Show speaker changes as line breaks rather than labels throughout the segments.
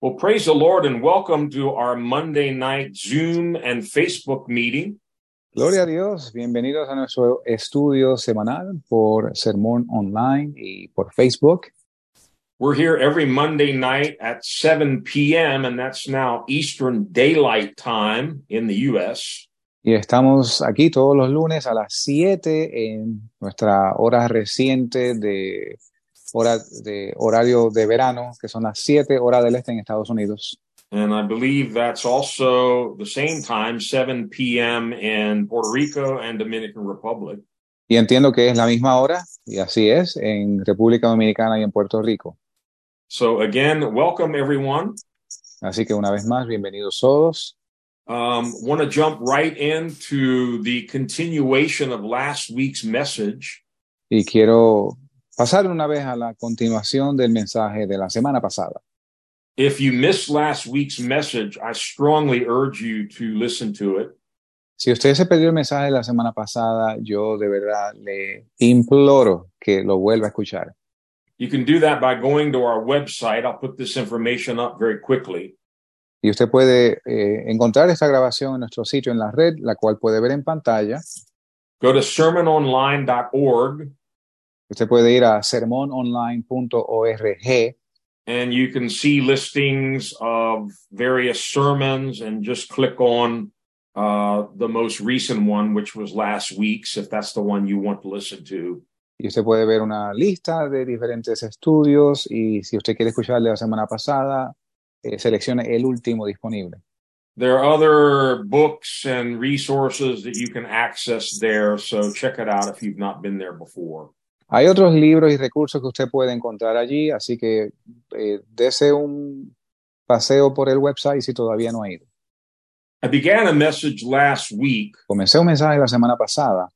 Well, praise the Lord and welcome to our Monday night Zoom and Facebook meeting.
Gloria a Dios, bienvenidos a nuestro estudio semanal por Sermón Online y por Facebook.
We're here every Monday night at 7 p.m., and that's now Eastern Daylight Time in the U.S.
Y estamos aquí todos los lunes a las 7 en nuestra hora reciente de, hora, de horario de verano, que son las 7 horas del este en Estados Unidos.
And I believe that's also the same time, 7 p.m. in Puerto Rico and Dominican Republic.
Y entiendo que es la misma hora, y así es, en República Dominicana y en Puerto Rico.
So, again, welcome everyone.
Así que una vez más, bienvenidos todos.
Um, Want to jump right into the continuation of last week's message.
Y quiero pasar una vez a la continuación del mensaje de la semana pasada.
If you missed last week's message, I strongly urge you to listen to it.
Si usted se perdió el mensaje de la semana pasada, yo de verdad le imploro que lo vuelva a escuchar.
You can do that by going to our website. I'll put this information up very quickly.
Y usted puede eh, encontrar esta grabación en nuestro sitio en la red, la cual puede ver en pantalla.
Go to sermononline.org
Usted puede ir a sermononline.org
and you can see listings of various sermons and just click on uh, the most recent one, which was last week's, if that's the one you want to listen to.
y usted puede ver una lista de diferentes estudios y si usted quiere escuchar el de la semana pasada, eh, seleccione el último disponible.
There are other books and resources that you can access there, so check it out if you've not been there before.
Hay otros libros y recursos que usted puede encontrar allí, así que eh, dese un paseo por el website si todavía no ha ido.
I began a message last week.
Comencé un mensaje la semana pasada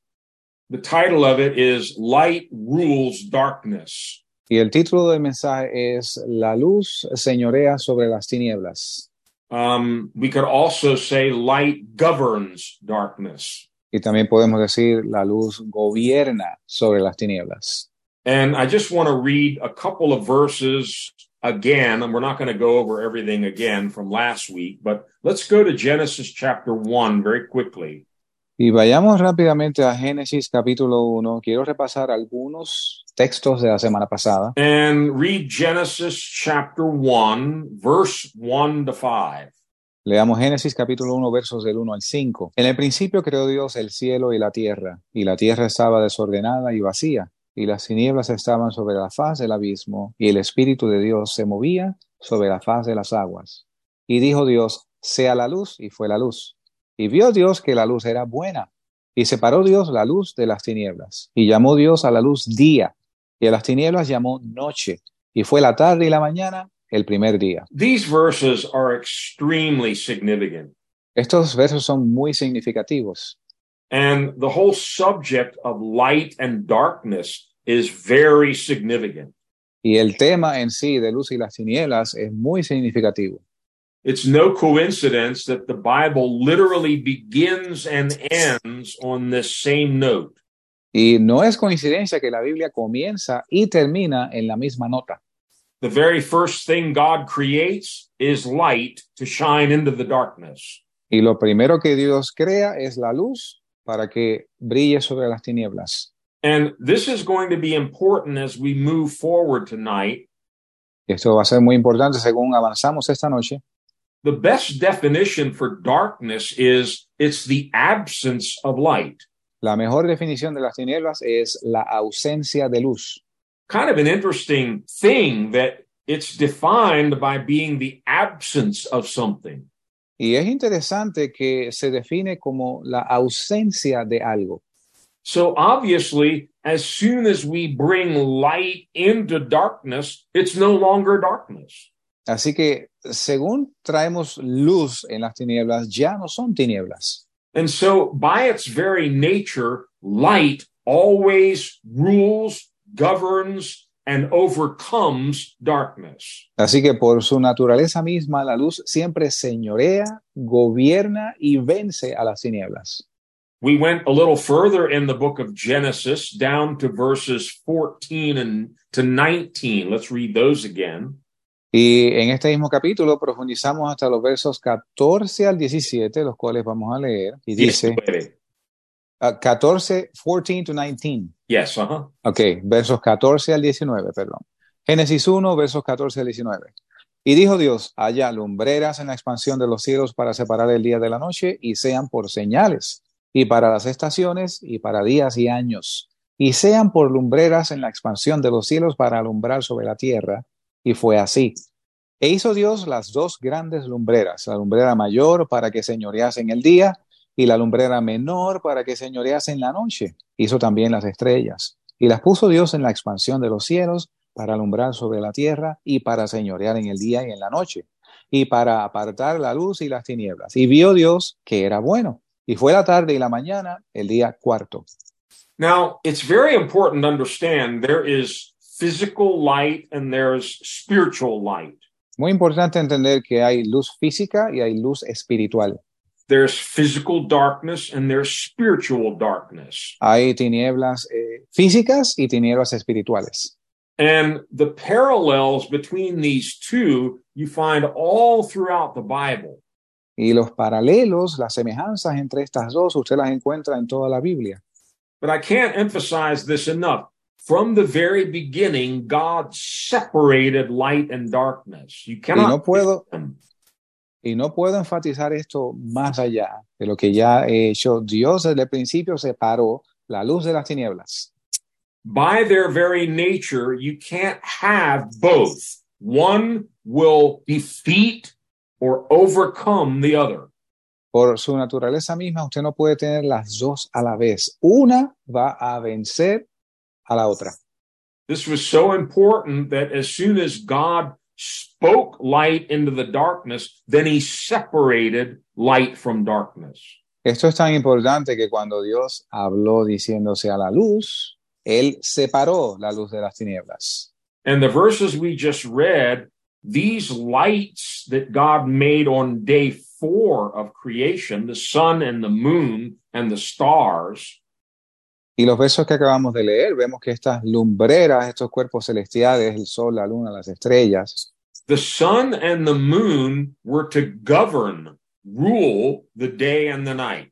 The title of it is Light Rules Darkness.
y el título del mensaje es La luz señorea sobre las tinieblas.
Um, we could also say light governs darkness.
Y también podemos decir La luz gobierna sobre las tinieblas.
And I just want to read a couple of verses again, and we're not going to go over everything again from last week, but let's go to Genesis chapter 1 very quickly.
Y vayamos rápidamente a Génesis capítulo 1. Quiero repasar algunos textos de la semana pasada
And read Genesis chapter 1, verse 1 to 5.
Leamos Génesis capítulo 1 versos del 1 al 5. En el principio creó Dios el cielo y la tierra, y la tierra estaba desordenada y vacía, y las tinieblas estaban sobre la faz del abismo, y el Espíritu de Dios se movía sobre la faz de las aguas. Y dijo Dios, sea la luz, y fue la luz. Y vio Dios que la luz era buena, y separó Dios la luz de las tinieblas, y llamó Dios a la luz día, y a las tinieblas llamó noche, y fue la tarde y la mañana el primer día.
These verses are extremely significant.
Estos versos son muy significativos.
And the whole subject of light and darkness is very significant.
Y el tema en sí de luz y las tinieblas es muy significativo.
It's no coincidence that the Bible literally begins and ends on this same note.
Y no es coincidencia que la Biblia comienza y termina en la misma nota.
The very first thing God creates is light to shine into the darkness.
Y lo primero que Dios crea es la luz para que brille sobre las tinieblas.
And this is going to be important as we move forward tonight.
Y esto va a ser muy importante según avanzamos esta noche.
The best definition for darkness is it's the absence of light.
La mejor definición de las tinieblas es la ausencia de luz.
Kind of an interesting thing that it's defined by being the absence of something.
Y es interesante que se define como la ausencia de algo.
So obviously, as soon as we bring light into darkness, it's no longer darkness.
Así que según traemos luz en las tinieblas, ya no son tinieblas.
And so by its very nature, light always rules, governs, and overcomes darkness.
Así que por su naturaleza misma, la luz siempre señorea, gobierna y vence a las tinieblas.
We went a little further in the book of Genesis down to verses 14 and to 19. Let's read those again.
Y en este mismo capítulo profundizamos hasta los versos 14 al 17, los cuales vamos a leer. Y dice,
19.
ah, 14, 14 to 19.
Yes, uh-huh.
Ok, versos 14 al 19, perdón. Génesis 1, versos 14 al 19. Y dijo Dios, haya lumbreras en la expansión de los cielos para separar el día de la noche y sean por señales, y para las estaciones, y para días y años, y sean por lumbreras en la expansión de los cielos para alumbrar sobre la tierra. Y fue así. E hizo Dios las dos grandes lumbreras, la lumbrera mayor para que señorease en el día y la lumbrera menor para que señorease en la noche. Hizo también las estrellas y las puso Dios en la expansión de los cielos para alumbrar sobre la tierra y para señorear en el día y en la noche y para apartar la luz y las tinieblas. Y vio Dios que era bueno. Y fue la tarde y la mañana, el día cuarto.
Now, it's very important to understand there is physical light and there's spiritual light.
Muy importante entender que hay luz física y hay luz espiritual.
There's physical darkness and there's spiritual darkness.
Hay tinieblas eh, físicas y tinieblas espirituales.
And the parallels between these two you find all throughout the Bible.
Y los paralelos, las semejanzas entre estas dos, usted las encuentra en toda la Biblia.
But I can't emphasize this enough. From the very beginning, God separated light and darkness. You
Y
cannot
no puedo,
them.
y no puedo enfatizar esto más allá de lo que ya he hecho. Dios desde el principio separó la luz de las tinieblas.
by their very nature, you can't have both. One will defeat or overcome the other.
Por su naturaleza misma, usted no puede tener las dos a la vez. Una va a vencer a la otra.
This was so important that as soon as God spoke light into the darkness, then he separated light from darkness.
Esto es tan importante que cuando Dios habló diciéndose a la luz, Él separó la luz de las tinieblas.
And the verses we just read, these lights that God made on day four of creation, the sun and the moon and the stars,
Y los versos que acabamos de leer, vemos que estas lumbreras, estos cuerpos celestiales, el sol, la luna, las estrellas,
the sun and the moon were to govern, rule the day and the night.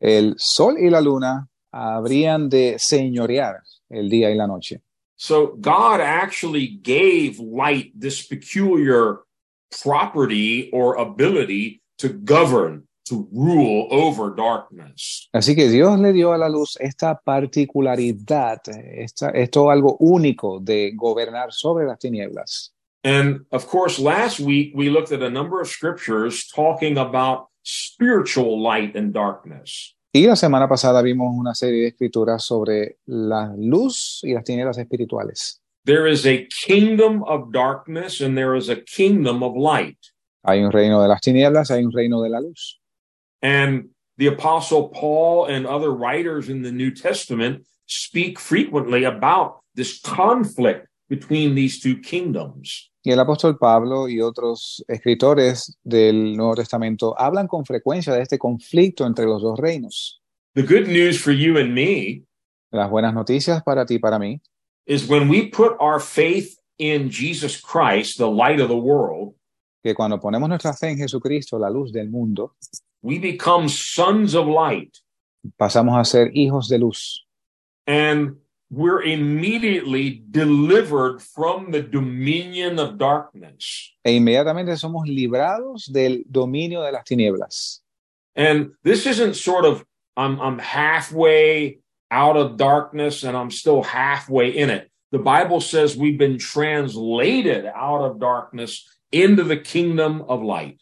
el sol y la luna habrían de señorear el día y la noche.
So God actually gave light this peculiar property or ability to govern, to rule over darkness.
Así que Dios le dio a la luz esta particularidad, esta, esto algo único de gobernar sobre las tinieblas.
And of course, last week we looked at a number of scriptures talking about spiritual light and darkness.
Y la semana pasada vimos una serie de escrituras sobre la luz y las tinieblas espirituales.
There is a kingdom of darkness and there is a kingdom of light.
Hay un reino de las tinieblas, hay un reino de la luz.
And the apostle Paul and other writers in the New Testament speak frequently about this conflict between these two kingdoms.
Y el apóstol Pablo y otros escritores del Nuevo Testamento hablan con frecuencia de este conflicto entre los dos reinos.
The good news for you and me
Las buenas noticias para ti y para mí
is when we put our faith in Jesus Christ, the light of the world,
que cuando ponemos nuestra fe en Jesucristo, la luz del mundo,
we become sons of light
pasamos a ser hijos de luz
and we're immediately delivered from the dominion of darkness.
e inmediatamente somos librados del dominio de las tinieblas.
And this isn't sort of I'm I'm halfway out of darkness and I'm still halfway in it. The Bible says we've been translated out of darkness into the kingdom of light.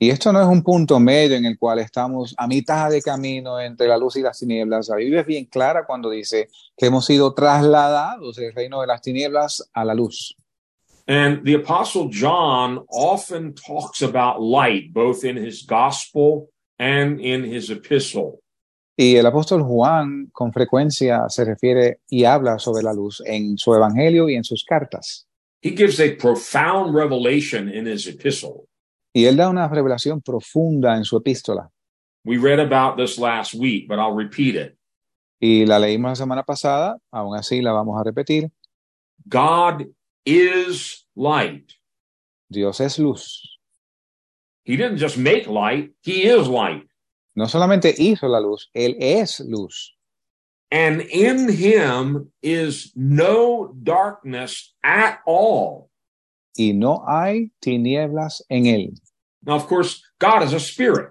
Y esto no es un punto medio en el cual estamos a mitad de camino entre la luz y las tinieblas. La Biblia es bien clara cuando dice que hemos sido trasladados del reino de las tinieblas a la luz.
And the apostle John often talks about light both in his gospel and in his epistle.
Y el apóstol Juan con frecuencia se refiere y habla sobre la luz en su evangelio y en sus cartas.
He gives a profound revelation in his epistle.
Y él da una revelación profunda en su epístola.
We read about this last week, but I'll repeat it.
Y la leímos la semana pasada, aún así la vamos a repetir.
God is light.
Dios es luz.
He didn't just make light, He is light.
No solamente hizo la luz, Él es luz.
And in Him is no darkness at all.
Y no hay tinieblas en Él.
Now, of course, God is a spirit.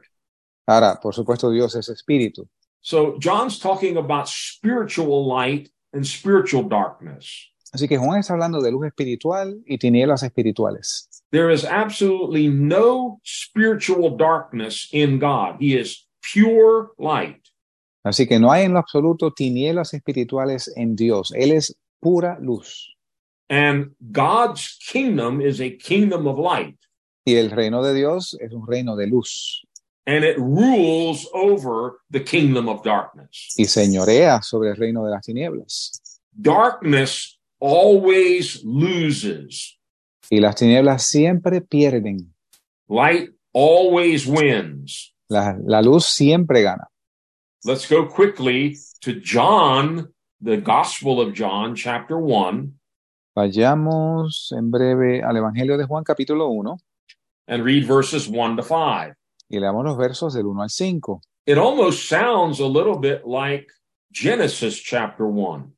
Ahora, por supuesto, Dios es espíritu.
So John's talking about spiritual light and spiritual darkness.
Así que Juan está hablando de luz espiritual y tinieblas espirituales.
There is absolutely no spiritual darkness in God. He is pure light.
Así que no hay en lo absoluto tinieblas espirituales en Dios. Él es pura luz.
And God's kingdom is a kingdom of light.
Y el reino de Dios es un reino de luz
and it rules over the kingdom of darkness.
y señorea sobre el reino de las tinieblas.
Darkness always loses,
Y las tinieblas siempre pierden.
light always wins.
La, la luz siempre gana.
Let's go quickly to John, the Gospel of John, chapter 1,
Vayamos en breve al Evangelio de Juan capítulo 1
and read verses 1 to 5.
y leamos los versos del 1 al 5.
It almost sounds a little bit like Genesis chapter 1.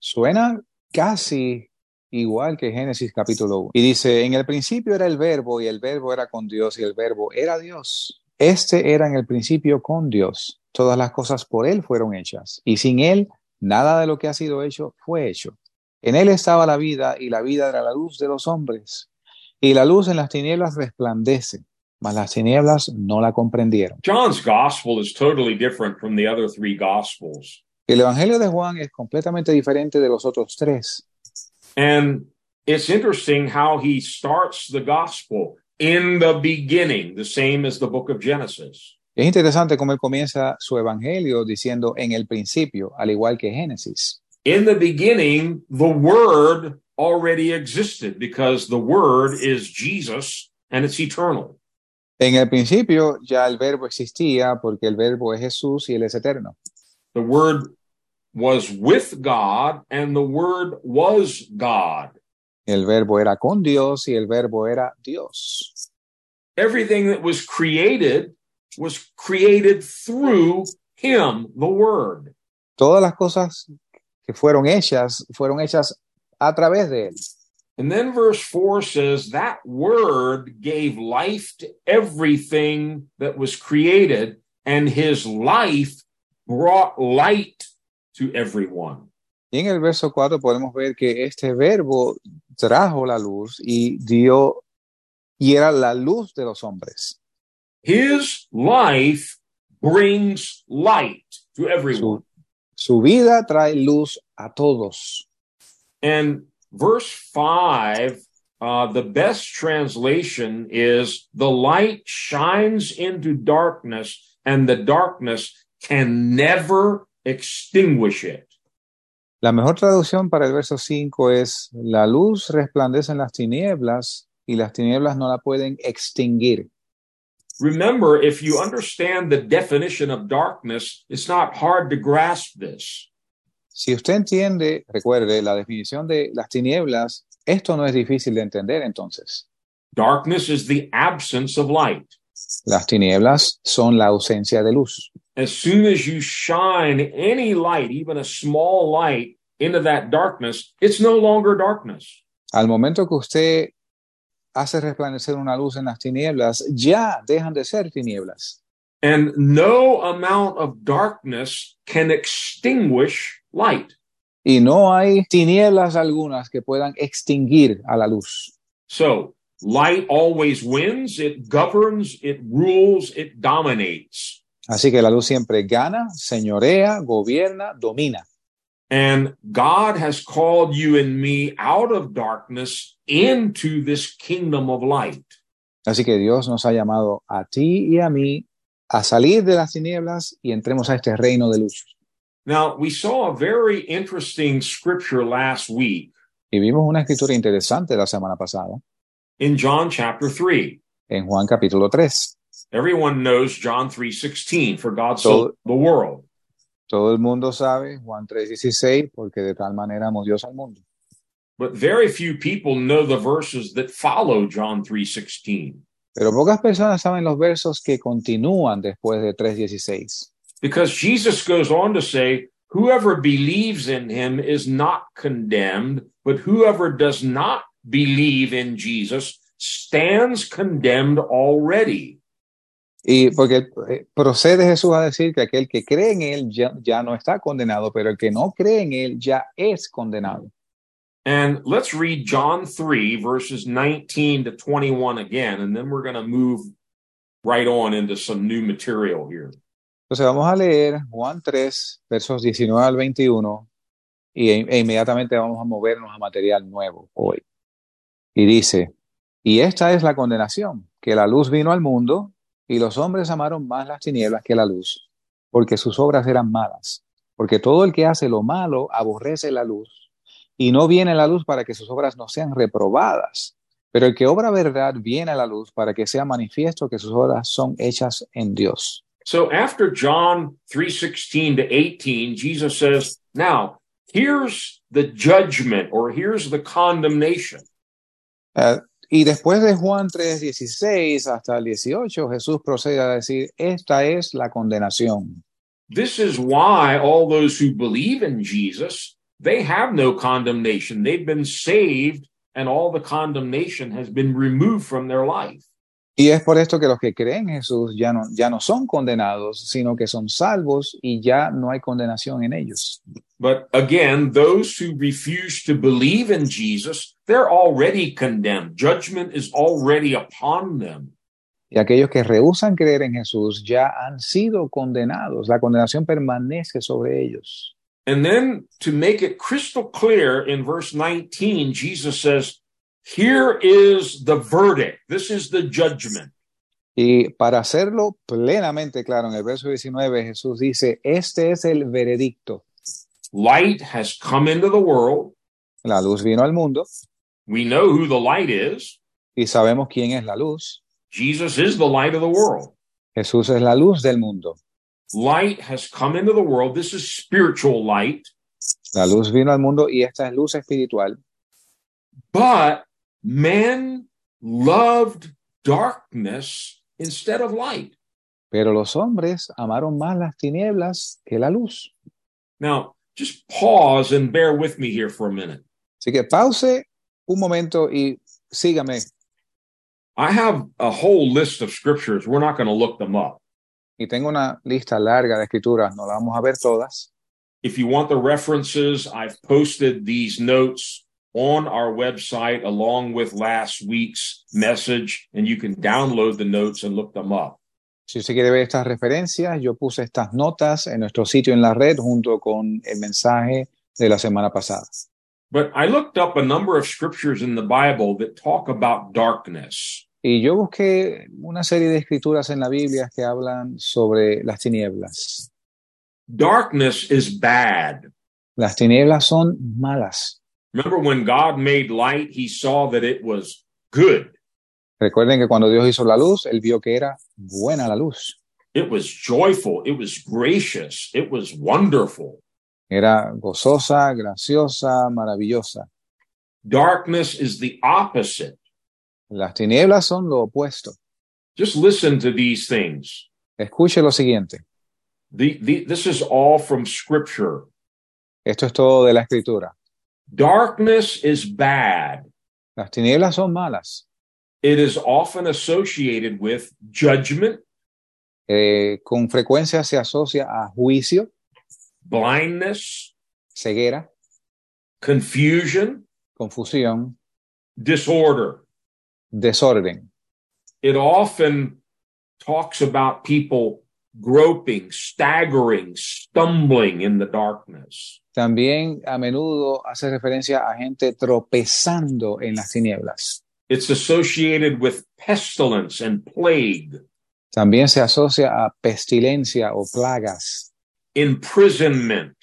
Suena casi igual que Génesis capítulo 1. Y dice, en el principio era el verbo y el verbo era con Dios y el verbo era Dios. Este era en el principio con Dios. Todas las cosas por Él fueron hechas y sin Él nada de lo que ha sido hecho fue hecho. En Él estaba la vida y la vida era la luz de los hombres. Y la luz en las tinieblas resplandece, mas las tinieblas no la comprendieron.
John's gospel is totally different from the other three gospels.
El Evangelio de Juan es completamente diferente de los otros tres.
And it's interesting how he starts the gospel in the beginning, the same as the book of Genesis.
Es interesante cómo él comienza su evangelio diciendo en el principio, al igual que Génesis.
In the beginning, the word already existed because the word is Jesus and it's eternal.
En el principio ya el verbo existía porque el verbo es Jesús y él es eterno.
The word was with God and the word was God.
El verbo era con Dios y el verbo era Dios.
Everything that was created was created through him, the word.
Todas las cosas que fueron hechas fueron hechas a través de él.
And then verse 4 says, That word gave life to everything that was created, and his life brought light to everyone.
Y en el verso 4 podemos ver que este verbo trajo la luz y dio y era la luz de los hombres.
His life brings light to everyone.
Su, su vida trae luz a todos.
And verse 5, uh, the best translation is, The light shines into darkness, and the darkness can never extinguish it.
La mejor traducción para el verso 5 es, la luz resplandece en las tinieblas y las tinieblas no la pueden extinguir.
Remember, if you understand the definition of darkness, it's not hard to grasp this.
Si usted entiende, recuerde, la definición de las tinieblas, esto no es difícil de entender entonces.
Darkness is the absence of light.
Las tinieblas son la ausencia de luz.
As soon as you shine any light, even a small light, into that darkness, it's no longer darkness.
Al momento que usted hace resplandecer una luz en las tinieblas, ya dejan de ser tinieblas.
And no amount of darkness can extinguish light.
Y no hay tinieblas algunas que puedan extinguir a la luz.
So light always wins. It governs, it rules, it dominates.
Así que la luz siempre gana, señorea, gobierna, domina.
And God has called you and me out of darkness into this kingdom of light.
Así que Dios nos ha llamado a ti y a mí a salir de las tinieblas y entremos a este reino de luz.
Now, we saw a very interesting scripture last week
Y vimos una escritura interesante la semana pasada
in John chapter 3.
en Juan capítulo 3.
Everyone knows John 3:16 for God so loved the world.
Todo el mundo sabe Juan 3:16 porque de tal manera amó Dios al mundo.
but very few people know the verses that follow John 3:16
Pero pocas personas saben los versos que continúan después de 3.16,
because Jesus goes on to say whoever believes in him is not condemned but whoever does not believe in Jesus stands condemned already
y porque eh, procede Jesús a decir que aquel que cree en él ya, ya no está condenado, pero el que no cree en él ya es condenado.
and let's read John 3 verses 19 to 21 again and then we're going to move right on into some new material here
Entonces vamos a leer Juan 3, versos 19 al 21, y, e inmediatamente vamos a movernos a material nuevo hoy. Y dice, y esta es la condenación, que la luz vino al mundo, y los hombres amaron más las tinieblas que la luz, porque sus obras eran malas, porque todo el que hace lo malo aborrece la luz, y no viene a la luz para que sus obras no sean reprobadas. Pero el que obra verdad viene a la luz para que sea manifiesto que sus obras son hechas en Dios.
So after John 3:16 to 18, Jesus says, "Now, here's the judgment or here's the condemnation.
Ah, y después de Juan 3, 16 hasta el 18, Jesús procede a decir, esta es la condenación.
This is why all those who believe in Jesus, they have no condemnation. They've been saved and all the condemnation has been removed from their life.
Y es por esto que los que creen en Jesús ya no, ya no son condenados, sino que son salvos y ya no hay condenación en ellos.
But again, those who refuse to believe in Jesus, they're already condemned. Judgment is already upon them.
Y aquellos que rehúsan creer en Jesús ya han sido condenados. La condenación permanece sobre ellos.
And then to make it crystal clear in verse 19, Jesus says, Here is the verdict. This is the judgment.
Y para hacerlo plenamente claro, en el verso 19 Jesús dice, este es el veredicto.
Light has come into the world.
La luz vino al mundo
We know who the light is.
y sabemos quién es la luz.
Jesus is the light of the world.
Jesús es la luz del mundo.
Light has come into the world. This is spiritual light,
La luz vino al mundo y esta es luz espiritual.
but men loved darkness instead of light.
Pero los hombres amaron más las tinieblas que la luz.
Now, just pause and bear with me here for a minute.
Así que pause un momento y sígame.
I have a whole list of scriptures. We're not going to look them up.
Y tengo una lista larga de escrituras, no la vamos a ver todas.
If you want the references, I've posted these notes on our website along with last week's message, and you can download the notes and look them up.
Si usted quiere ver estas referencias, yo puse estas notas en nuestro sitio en la red junto con el mensaje de la semana pasada.
But I looked up a number of scriptures in the Bible that talk about darkness.
Y yo busqué una serie de escrituras en la Biblia que hablan sobre las tinieblas.
Darkness is bad.
Las tinieblas son malas.
Remember when God made light, he saw that it was good,
Recuerden que cuando Dios hizo la luz, él vio que era buena la luz,
it was joyful, it was gracious, it was wonderful.
era gozosa, graciosa, maravillosa.
Darkness is the opposite.
Las tinieblas son lo opuesto.
Just listen to these things.
Escuche lo siguiente,
The, the, this is all from scripture.
esto es todo de la escritura.
Darkness is bad.
Las tinieblas son malas,
It is often associated with judgment,
Eh, con frecuencia se asocia a juicio,
blindness,
ceguera,
confusion,
confusión,
disorder.
desorden.
It often talks about people groping, staggering, stumbling in the darkness.
También a menudo hace referencia a gente tropezando en las tinieblas.
It's associated with pestilence and plague,
También se asocia a pestilencia o plagas,
imprisonment,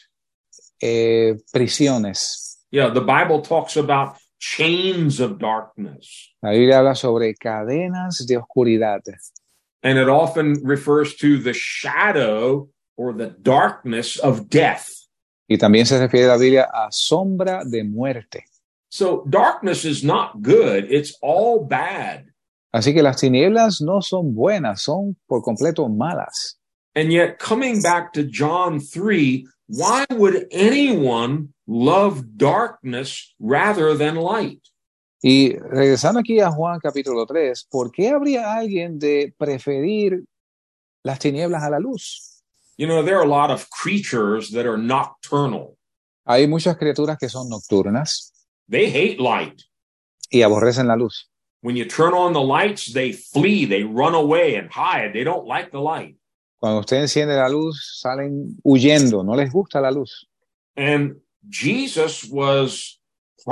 eh, prisiones,
Yeah, the Bible talks about chains of darkness,
La Biblia habla sobre cadenas de oscuridad
and it often refers to the shadow or the darkness of death.
y también se refiere la Biblia a sombra de muerte.
So darkness is not good. It's all bad.
Así que las tinieblas no son buenas, son por completo malas.
And yet, coming back to John 3, why would anyone love darkness rather than light?
Y regresando aquí a Juan capítulo 3, ¿por qué habría alguien de preferir las tinieblas a la luz?
You know, there are a lot of creatures that are nocturnal.
Hay muchas criaturas que son nocturnas
They hate light.
y aborrecen la luz.
When you turn on the lights, they flee, they run away and hide. They don't like the light.
Cuando usted enciende la luz, salen huyendo, no les gusta la luz.
And Jesus was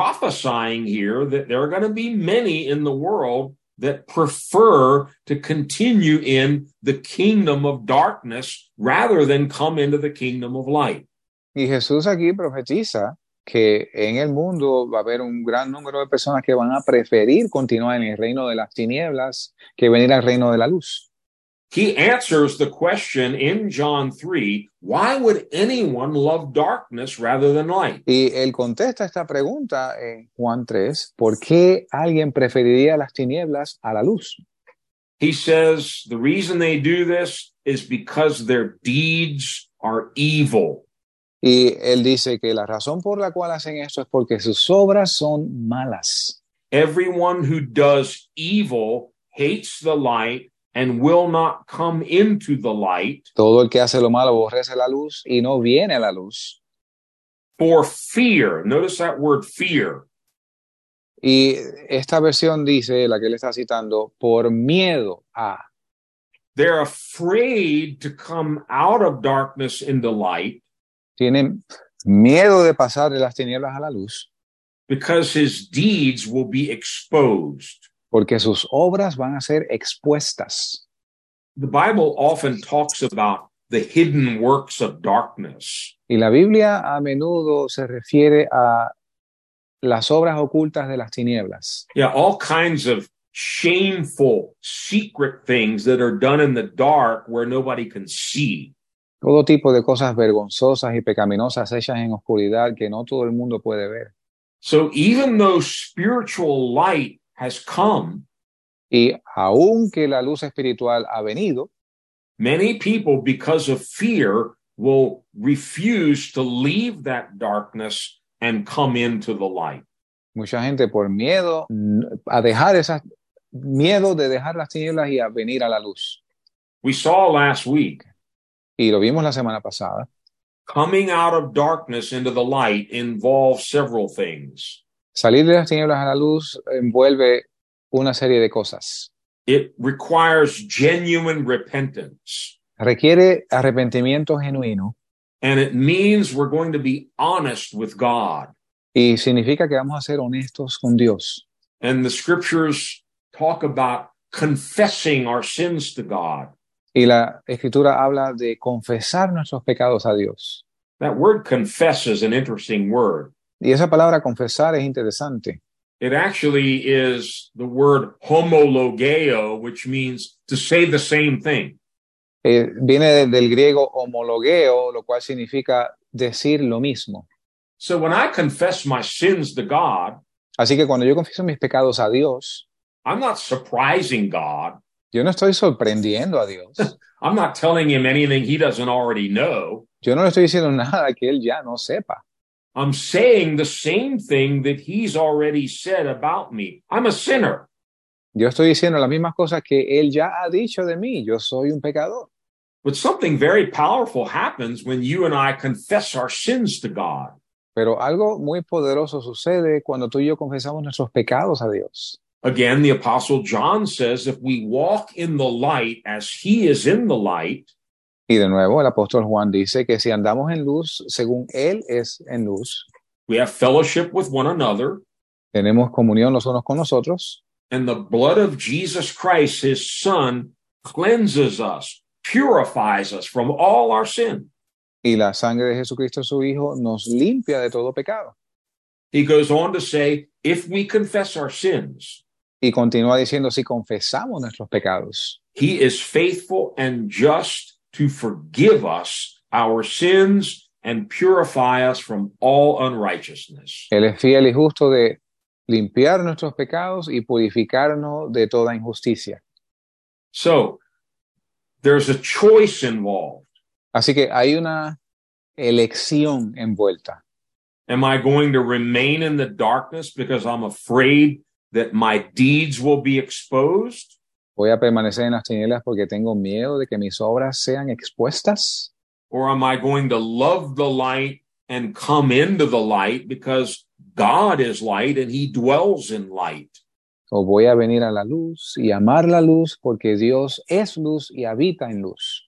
prophesying here that there are going to be many in the world that prefer to continue in the kingdom of darkness rather than come into the kingdom of light.
Y Jesús aquí profetiza que en el mundo va a haber un gran número de personas que van a preferir continuar en el reino de las tinieblas que venir al reino de la luz.
He answers the question in John 3 why would anyone love darkness rather than light?
Y él contesta esta pregunta en Juan 3, ¿por qué alguien preferiría las tinieblas a la luz?
He says the reason they do this is because their deeds are evil.
Y él dice que la razón por la cual hacen esto es porque sus obras son malas.
Everyone who does evil hates the light and will not come into the light
Todo el que hace lo malo aborrece la luz y no viene a la luz.
for fear. Notice that word fear.
Y esta versión dice, la que él está citando, por miedo a.
They're afraid to come out of darkness into light
Tienen miedo de pasar de las tinieblas a la luz
because his deeds will be exposed.
porque sus obras van a ser expuestas.
The Bible often talks about the hidden works of darkness.
Y la Biblia a menudo se refiere a las obras ocultas de las tinieblas.
Yeah, all kinds of shameful, secret things that are done in the dark where nobody can see.
Todo tipo de cosas vergonzosas y pecaminosas hechas en oscuridad que no todo el mundo puede ver.
So even though spiritual light has come,
Y aunque la luz espiritual ha venido,
many people, because of fear, will refuse to leave that darkness and come into the light.
mucha gente por miedo n- a dejar esas miedo de dejar las tinieblas y a venir a la luz.
We saw last week
Y lo vimos la semana pasada.
coming out of darkness into the light involves several things.
Salir de las tinieblas a la luz envuelve una serie de cosas.
It requires genuine repentance.
Requiere arrepentimiento genuino
And it means we're going to be honest with God.
y significa que vamos a ser honestos con Dios.
And the scriptures talk about confessing our sins to God.
Y la escritura habla de confesar nuestros pecados a Dios.
That word confess is an interesting word.
Y esa palabra confesar es interesante.
It actually is the word homologeo, which means to say the same thing.
Eh, viene de- del griego homologueo, lo cual significa decir lo mismo.
So when I confess my sins to God,
Así que cuando yo confieso mis pecados a Dios,
I'm not surprising God.
yo no estoy sorprendiendo a Dios.
I'm not telling him anything he doesn't already know.
Yo no le estoy diciendo nada que Él ya no sepa.
I'm saying the same thing that he's already said about me. I'm a sinner.
Yo estoy diciendo las mismas cosas que Él ya ha dicho de mí. Yo soy un pecador.
But something very powerful happens when you and I confess our sins to God.
Pero algo muy poderoso sucede cuando tú y yo confesamos nuestros pecados a Dios.
Again, the apostle John says, if we walk in the light as he is in the light,
Y de nuevo, el apóstol Juan dice que si andamos en luz, según Él es en luz,
we have fellowship with one another,
tenemos comunión los unos con nosotros
and the blood of Jesus Christ, his son, cleanses us, purifies us from all our sin.
y la sangre de Jesucristo, su Hijo, nos limpia de todo pecado.
He goes on to say, if we confess our sins,
Y continúa diciendo, si confesamos nuestros pecados,
he is faithful and just to forgive us our sins and purify us from all unrighteousness.
Él es fiel y justo de limpiar nuestros pecados y purificarnos de toda injusticia.
So there's a choice involved.
Así que hay una elección envuelta.
Am I going to remain in the darkness because I'm afraid that my deeds will be exposed?
¿Voy a permanecer en las tinieblas porque tengo miedo de que mis obras sean expuestas?
Or am I going to love the light and come into the light because God is light and he dwells in light?
¿O voy a venir a la luz y amar la luz porque Dios es luz y habita en luz?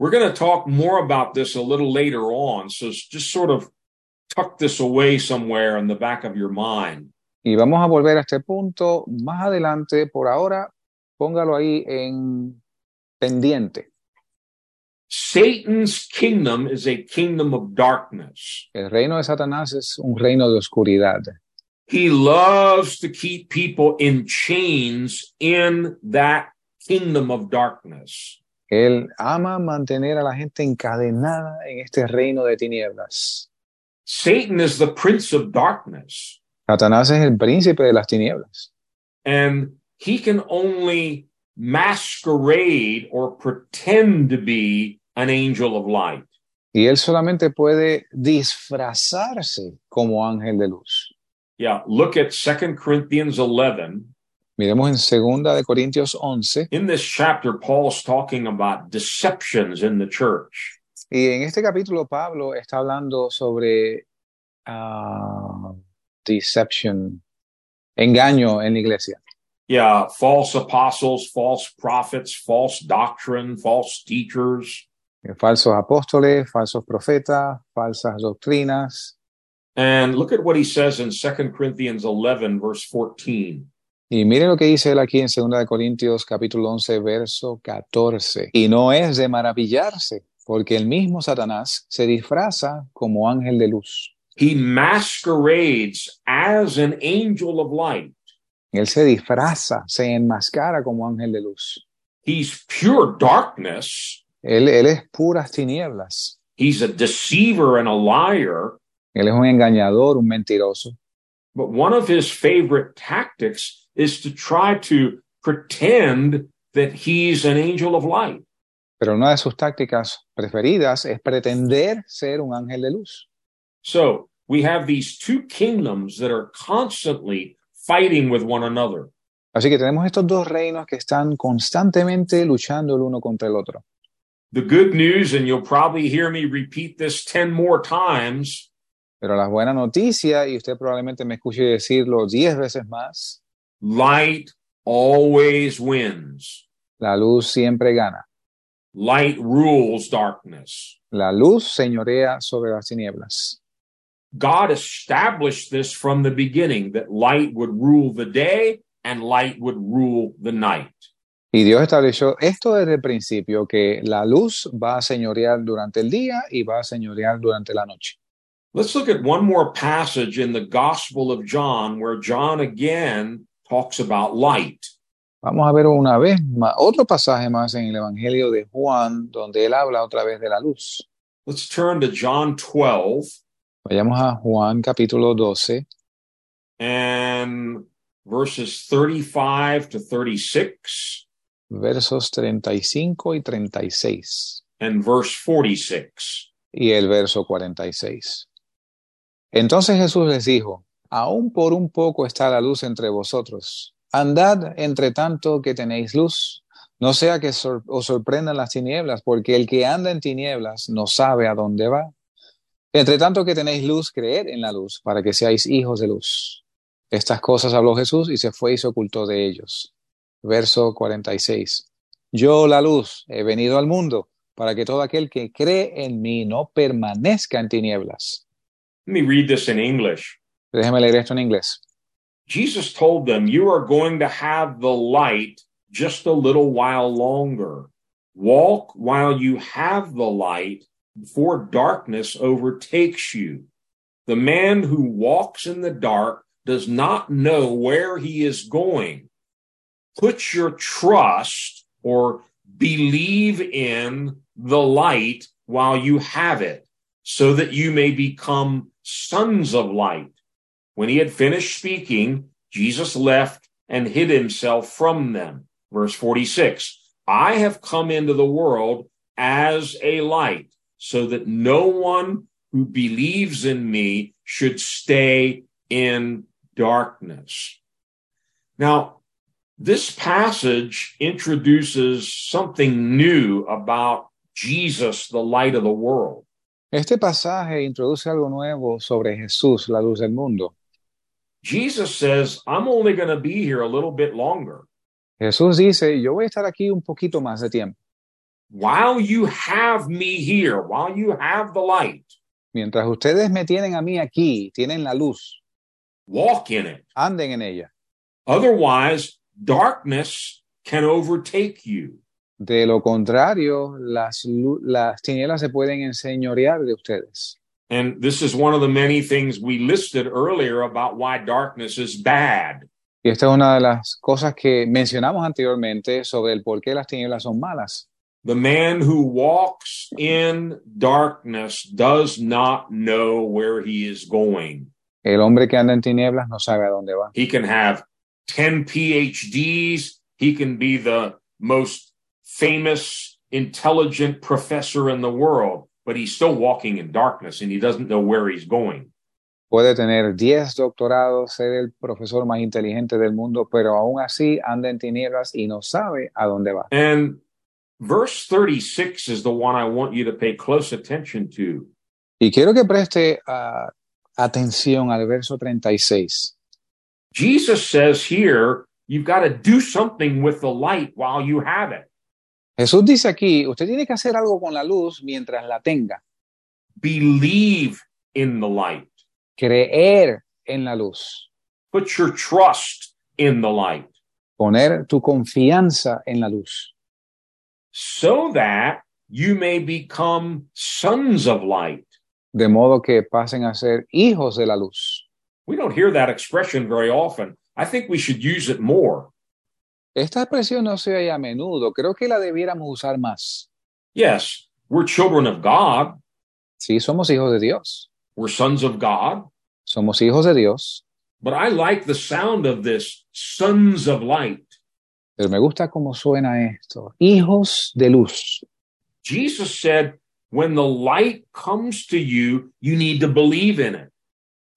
We're going to talk more about this a little later on. So s- just sort of tuck this away somewhere in the back of your mind.
Y vamos a volver a este punto más adelante. Por ahora, póngalo ahí en pendiente.
Satan's kingdom is a kingdom of darkness.
El reino de Satanás es un reino de oscuridad.
He loves to keep people in chains in that kingdom of darkness.
Él ama mantener a la gente encadenada en este reino de tinieblas.
Satan is the prince of darkness
Satanás es el príncipe de las tinieblas
and he can only masquerade or pretend to be an angel of light.
y él solamente puede disfrazarse como ángel de luz.
Yeah, look at 2 Corinthians 11.
Miremos en 2 de Corintios 11
In this chapter, Paul's talking about deceptions in the church.
y en este capítulo Pablo está hablando sobre ah, deception, engaño en la iglesia.
Yeah, false apostles, false prophets, false doctrine, false teachers.
Falsos apóstoles, falsos profetas, falsas doctrinas,
And look at what he says in 2 Corinthians 11, verse 14.
Y mire lo que dice él aquí en 2 de Corintios capítulo 11 verso 14. Y no es de maravillarse, porque el mismo Satanás se disfraza como ángel de luz.
He masquerades as an angel of light.
Él se disfraza, se enmascara como ángel de luz.
He's pure darkness.
Él, él es puras tinieblas.
He's a deceiver and a liar.
Él es un engañador, un mentiroso.
But one of his favorite tactics is to try to pretend that he's an angel of light.
Pero una de sus tácticas preferidas es pretender ser un ángel de luz.
So we have these two kingdoms that are constantly fighting with one another.
Así que tenemos estos dos reinos que están constantemente luchando el uno contra el otro.
The good news, and you'll probably hear me repeat this 10 more times,
Pero la buena noticia, y usted probablemente me escuche decirlo diez veces más,
light always wins.
la luz siempre gana.
Light rules darkness.
La luz señorea sobre las tinieblas.
God established this from the beginning that light would rule the day and light would rule the night.
Y Dios estableció esto desde el principio, que la luz va a señorear durante el día y va a señorear durante la noche.
Let's look at one more passage in the Gospel of John where John again talks about light.
Vamos a ver una vez más, otro pasaje más en el Evangelio de Juan, donde él habla otra vez de la luz.
Let's turn to John 12
Vayamos a Juan capítulo 12,
and verses 35 to 36
versos 35 y 36.
and verse 46.
y el verso 46. Entonces Jesús les dijo, aún por un poco está la luz entre vosotros. Andad entre tanto que tenéis luz, no sea que sor- os sorprendan las tinieblas, porque el que anda en tinieblas no sabe a dónde va. Entre tanto que tenéis luz, creed en la luz, para que seáis hijos de luz. Estas cosas habló Jesús y se fue y se ocultó de ellos. Verso 46. Yo, la luz, he venido al mundo para que todo aquel que cree en mí no permanezca en tinieblas.
Let me read this in English.
Déjeme leer esto en inglés.
Jesus told them, You are going to have the light just a little while longer. Walk while you have the light before darkness overtakes you. The man who walks in the dark does not know where he is going. Put your trust or believe in the light while you have it so that you may become sons of light. When he had finished speaking, Jesus left and hid himself from them. Verse 46 I have come into the world as a light, so that no one who believes in me should stay in darkness. Now, this passage introduces something new about Jesus, the light of the world.
Este pasaje introduce algo nuevo sobre Jesús, la luz del mundo.
Jesus says, I'm only going to be here a little bit longer.
Jesús dice, yo voy a estar aquí un poquito más de tiempo.
While you have me here, while you have the light,
Mientras ustedes me tienen a mí aquí, tienen la luz,
walk in it.
anden en ella.
Otherwise, darkness can overtake you.
De lo contrario, las, lu- las tinieblas se pueden enseñorear de ustedes.
And this is one of the many things we listed earlier about why darkness is bad.
Y esta es una de las cosas que mencionamos anteriormente sobre el por qué las tinieblas son malas.
The man who walks in darkness does not know where he is going.
El hombre que anda en tinieblas no sabe a dónde va.
He can have 10 PhDs. He can be the most famous, intelligent professor in the world, but he's still walking in darkness and he doesn't know where he's going.
Puede tener 10 doctorados, ser el profesor más inteligente del mundo, pero aún así anda en tinieblas y no sabe a dónde va.
And verse 36 is the one I want you to pay close attention to.
Y quiero que preste ah, atención al verso 36.
Jesus says here, you've got to do something with the light while you have it.
Jesús dice aquí, usted tiene que hacer algo con la luz mientras la tenga.
Believe in the light.
Creer en la luz,
Put your trust in the light
poner tu confianza en la luz,
so that you may become sons of light.
de modo que pasen a ser hijos de la luz.
We don't hear that expression very often. I think we should use it more.
Esta expresión no se oye a menudo, creo que la debiéramos usar más.
Yes, we're children of God.
Sí, somos hijos de Dios,
We're sons of God.
somos hijos de Dios,
But I like the sound of this sons of light.
pero me gusta cómo suena esto, hijos de luz.
Jesus said, when the light comes to you, you need to believe in it.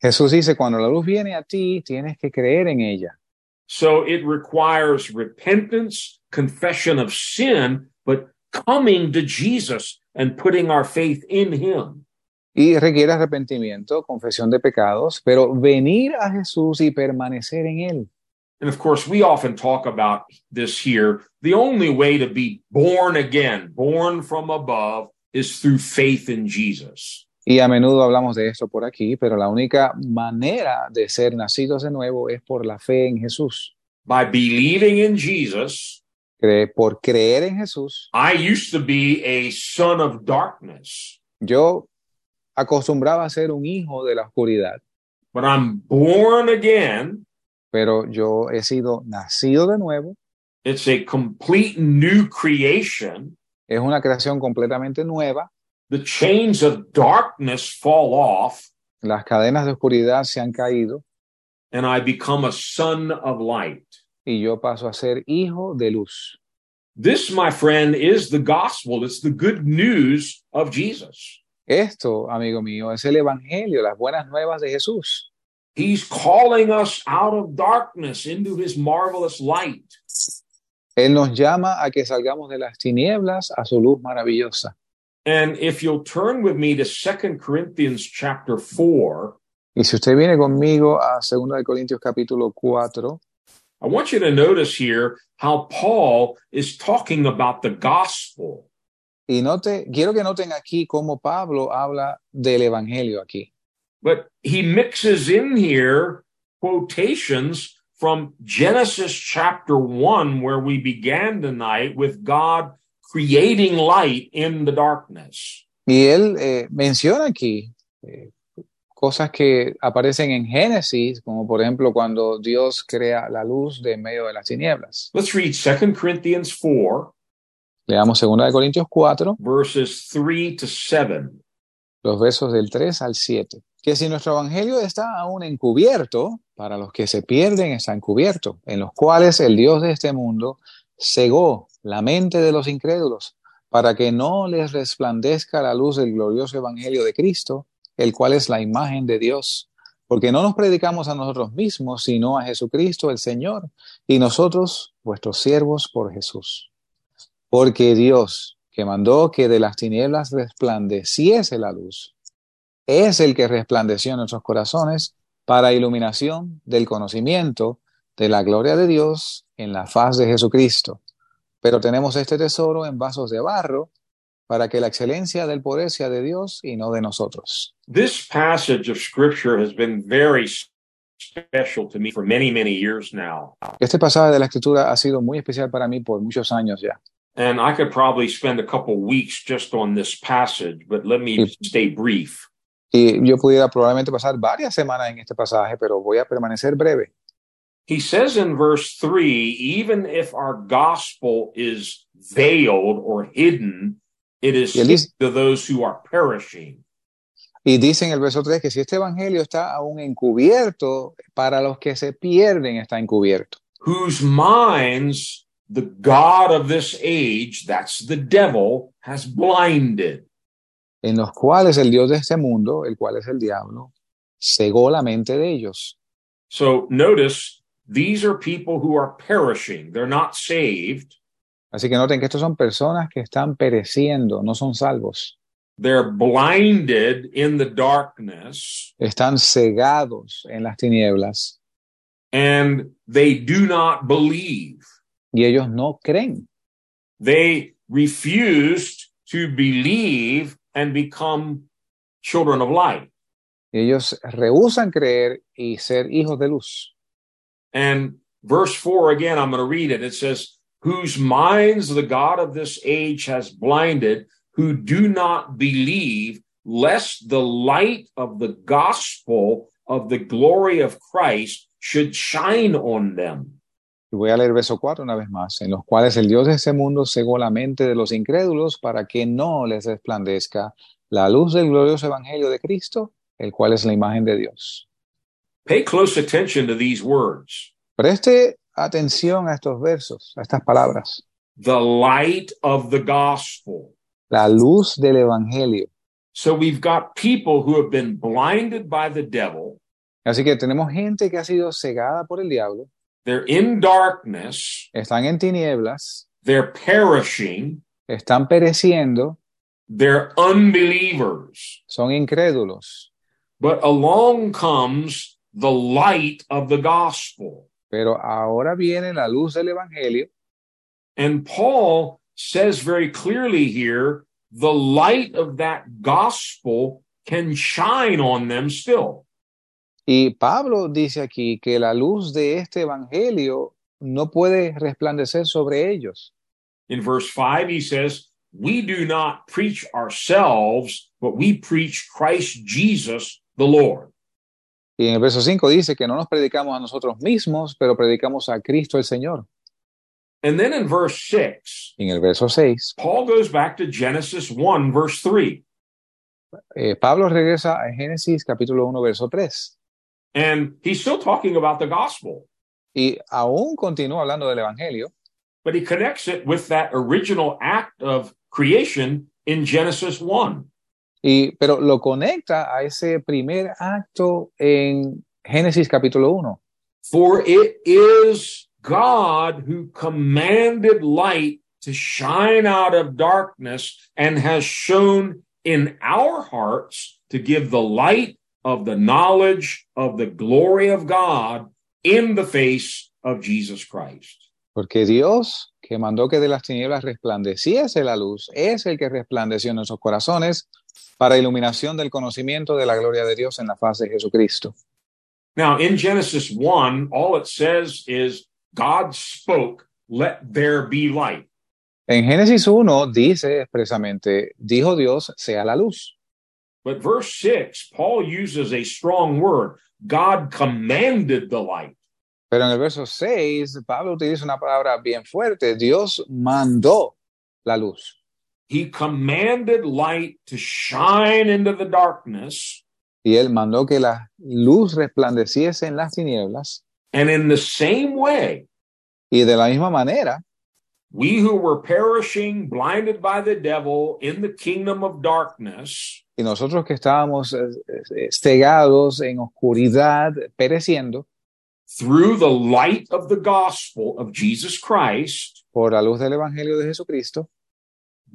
Jesús dice, cuando la luz viene a ti, tienes que creer en ella.
So it requires repentance, confession of sin, but coming to Jesus and putting our faith in him.
Y requiere arrepentimiento, confesión de pecados, pero venir a Jesús y permanecer en Él.
And of course, we often talk about this here. The only way to be born again, born from above, is through faith in Jesus.
Y a menudo hablamos de esto por aquí, pero la única manera de ser nacidos de nuevo es por la fe en Jesús.
By believing in Jesus,
Cre- por creer en Jesús,
I used to be a son of darkness.
yo acostumbraba a ser un hijo de la oscuridad,
but I'm born again.
pero yo he sido nacido de nuevo.
It's a complete new creation.
Es una creación completamente nueva.
The chains of darkness fall off,
Las cadenas de oscuridad se han caído
and I become a son of light.
y yo paso a ser hijo de luz.
This, my friend, is the gospel. It's the good news of Jesus.
Esto, amigo mío, es el Evangelio, las buenas nuevas de Jesús.
He's calling us out of darkness into his marvelous light.
Él nos llama a que salgamos de las tinieblas a su luz maravillosa.
And if you'll turn with me to Second Corinthians chapter 4,
Y si usted viene conmigo a 2 de Corintios capítulo 4,
I want you to notice here how Paul is talking about the gospel.
y note, quiero que noten aquí cómo Pablo habla del Evangelio aquí.
But he mixes in here quotations from Genesis chapter one, where we began tonight with God creating light in the darkness.
Y él eh, menciona aquí eh, cosas que aparecen en Génesis, como por ejemplo cuando Dios crea la luz de en medio de las tinieblas.
Let's read 2 Corinthians 4,
Leamos 2 de Corintios 4,
verses 3 to 7.
los versos del 3 al 7. que si nuestro evangelio está aún encubierto, para los que se pierden está encubierto, en los cuales el Dios de este mundo cegó la mente de los incrédulos para que no les resplandezca la luz del glorioso evangelio de Cristo, el cual es la imagen de Dios. Porque no nos predicamos a nosotros mismos, sino a Jesucristo el Señor, y nosotros vuestros siervos por Jesús. Porque Dios, que mandó que de las tinieblas resplandeciese la luz, es el que resplandeció en nuestros corazones para iluminación del conocimiento de la gloria de Dios en la faz de Jesucristo. Pero tenemos este tesoro en vasos de barro para que la excelencia del poder sea de Dios y no de nosotros.
This passage of scripture has been very special to me for many, many years now.
Este pasaje de la escritura ha sido muy especial para mí por muchos años ya.
And I could probably spend a couple weeks just on this passage, but let me stay brief.
Y yo pudiera probablemente pasar varias semanas en este pasaje, pero voy a permanecer breve.
He says in verse 3 even if our gospel is veiled or hidden, it is
Y él dice-
to those who are perishing.
Y dice en el verso 3 que si este evangelio está aún encubierto, para los que se pierden está encubierto.
whose minds the God of this age, that's the devil, has blinded.
en los cuales el Dios de este mundo, el cual es el diablo, cegó la mente de ellos.
So notice these are people who are perishing. They're not saved.
Así que noten que estos son personas que están pereciendo, no son salvos,
They're blinded in the darkness
están cegados en las tinieblas
and they do not believe.
y ellos no creen.
They refused to believe and become children of light.
Ellos rehúsan creer y ser hijos de luz.
And verse four again, I'm going to read it. It says, whose minds the God of this age has blinded, who do not believe, lest the light of the gospel of the glory of Christ should shine on them.
Y voy a leer verso 4 una vez más, en los cuales el Dios de este mundo cegó la mente de los incrédulos para que no les resplandezca la luz del glorioso evangelio de Cristo, el cual es la imagen de Dios.
Pay close attention to these words.
Preste atención a estos versos, a estas palabras.
The light of the gospel.
La luz del Evangelio.
So we've got people who have been blinded by the devil.
Así que tenemos gente que ha sido cegada por el diablo,
They're in darkness.
están en tinieblas,
They're perishing.
están pereciendo,
They're unbelievers.
son incrédulos.
But along comes the light of the gospel.
Pero ahora viene la luz del Evangelio
And Paul says very clearly here the light of that gospel can shine on them still.
y Pablo dice aquí que la luz de este Evangelio no puede resplandecer sobre ellos.
In verse 5, he says, We do not preach ourselves, but we preach Christ Jesus the Lord.
Y en el verso 5 dice que no nos predicamos a nosotros mismos, pero predicamos a Cristo el Señor.
And then in verse 6,
Y en el verso 6
Paul goes back to Genesis 1, verse 3.
Eh, Pablo regresa a Génesis capítulo 1, verso 3,
And he's still talking about the gospel.
y aún continúa hablando del Evangelio,
but he connects it with that original act of creation in Genesis 1.
y, pero lo conecta a ese primer acto en Génesis capítulo 1,
For it is God who commanded light to shine out of darkness and has shown in our hearts to give the light of the knowledge of the glory of God in the face of Jesus Christ.
porque Dios, que mandó que de las tinieblas resplandeciese la luz, es el que resplandeció en nuestros corazones para iluminación del conocimiento de la gloria de Dios en la faz de Jesucristo.
Now, in Genesis 1, all it says is God spoke, let there be light.
En Génesis 1 dice expresamente, dijo Dios, sea la luz.
But verse six, Paul uses a strong word. God commanded the light.
Pero en el verso 6, Pablo utiliza una palabra bien fuerte. Dios mandó la luz.
He commanded light to shine into the darkness
Y él mandó que la luz resplandeciese en las tinieblas.
And in the same way,
Y de la misma manera,
we who were perishing, blinded by the devil in the kingdom of darkness,
y nosotros que estábamos eh, eh, cegados en oscuridad, pereciendo
through the light of the gospel of Jesus Christ,
por la luz del Evangelio de Jesucristo,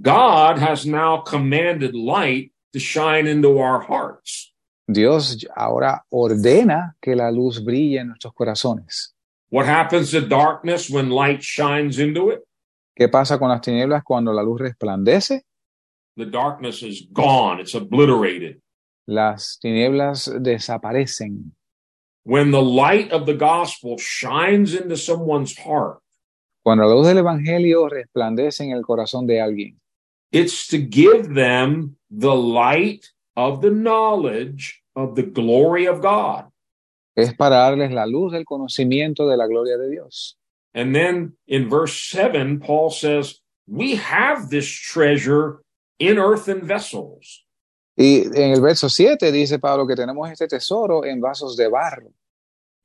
God has now commanded light to shine into our hearts.
Dios ahora ordena que la luz brille en nuestros corazones.
What happens to darkness when light shines into it?
¿Qué pasa con las tinieblas cuando la luz resplandece?
The darkness is gone, it's obliterated.
Las tinieblas desaparecen.
When the light of the gospel shines into someone's heart,
Cuando la luz del Evangelio resplandece en el corazón de alguien,
It's to give them the light of the knowledge of the glory of God.
es para darles la luz del conocimiento de la gloria de Dios.
And then in verse 7, Paul says, We have this treasure in earthen vessels.
Y en el verso 7 dice Pablo que tenemos este tesoro en vasos de barro.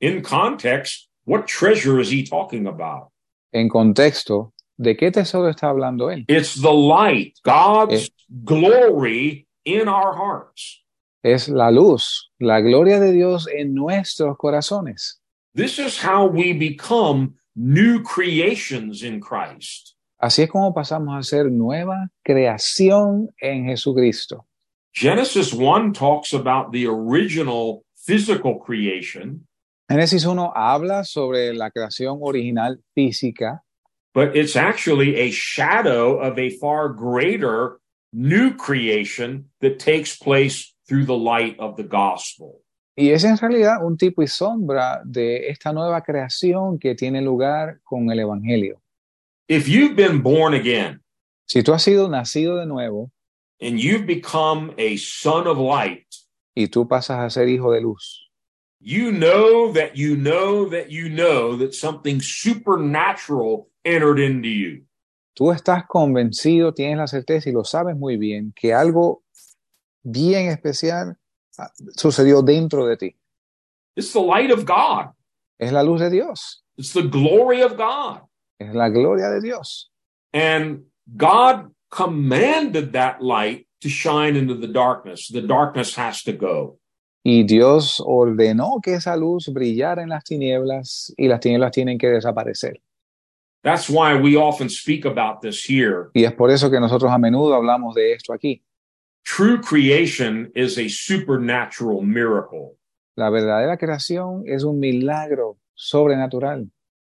In context, what treasure is he talking about?
En contexto, ¿de qué tesoro está hablando él?
It's the light, God's glory in our hearts.
Es la luz, la gloria de Dios en nuestros corazones.
This is how we become new creations in Christ.
Así es como pasamos a ser nueva creación en Jesucristo.
Genesis 1 talks about the original physical creation,
Génesis 1 habla sobre la creación original física,
but it's actually a shadow of a far greater new creation that takes place through the light of the gospel.
y es en realidad un tipo y sombra de esta nueva creación que tiene lugar con el Evangelio.
If you've been born again
Si tú has sido nacido de nuevo
and you've become a son of light,
y tú pasas a ser hijo de luz,
you know that you know that you know that something supernatural entered into you.
tú estás convencido, tienes la certeza y lo sabes muy bien que algo bien especial ah, sucedió dentro de ti.
It's the light of God.
Es la luz de Dios,
It's the glory of God.
es la gloria de Dios.
And God commanded that light to shine into the darkness. The darkness has to go.
Y Dios ordenó que esa luz brillara en las tinieblas y las tinieblas tienen que desaparecer.
That's why we often speak about this here.
Y es por eso que nosotros a menudo hablamos de esto aquí.
True creation is a supernatural miracle.
La verdadera creación es un milagro sobrenatural.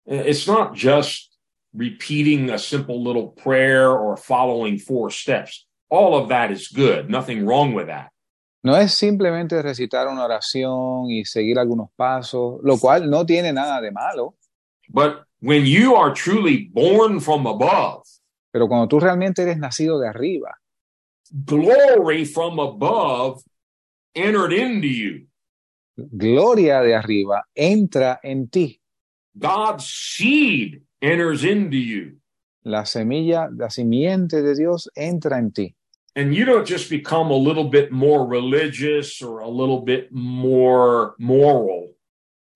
It's not just repeating a simple little prayer or following four steps. All of that is good. Nothing wrong with that.
No es simplemente recitar una oración y seguir algunos pasos, lo cual no tiene nada de malo,
But when you are truly born from above,
pero cuando tú realmente eres nacido de arriba,
glory from above entered into you.
gloria de arriba entra en ti.
God's seed enters into you.
La semilla, la simiente de Dios entra en ti.
And you don't just become a little bit more religious or a little bit more moral.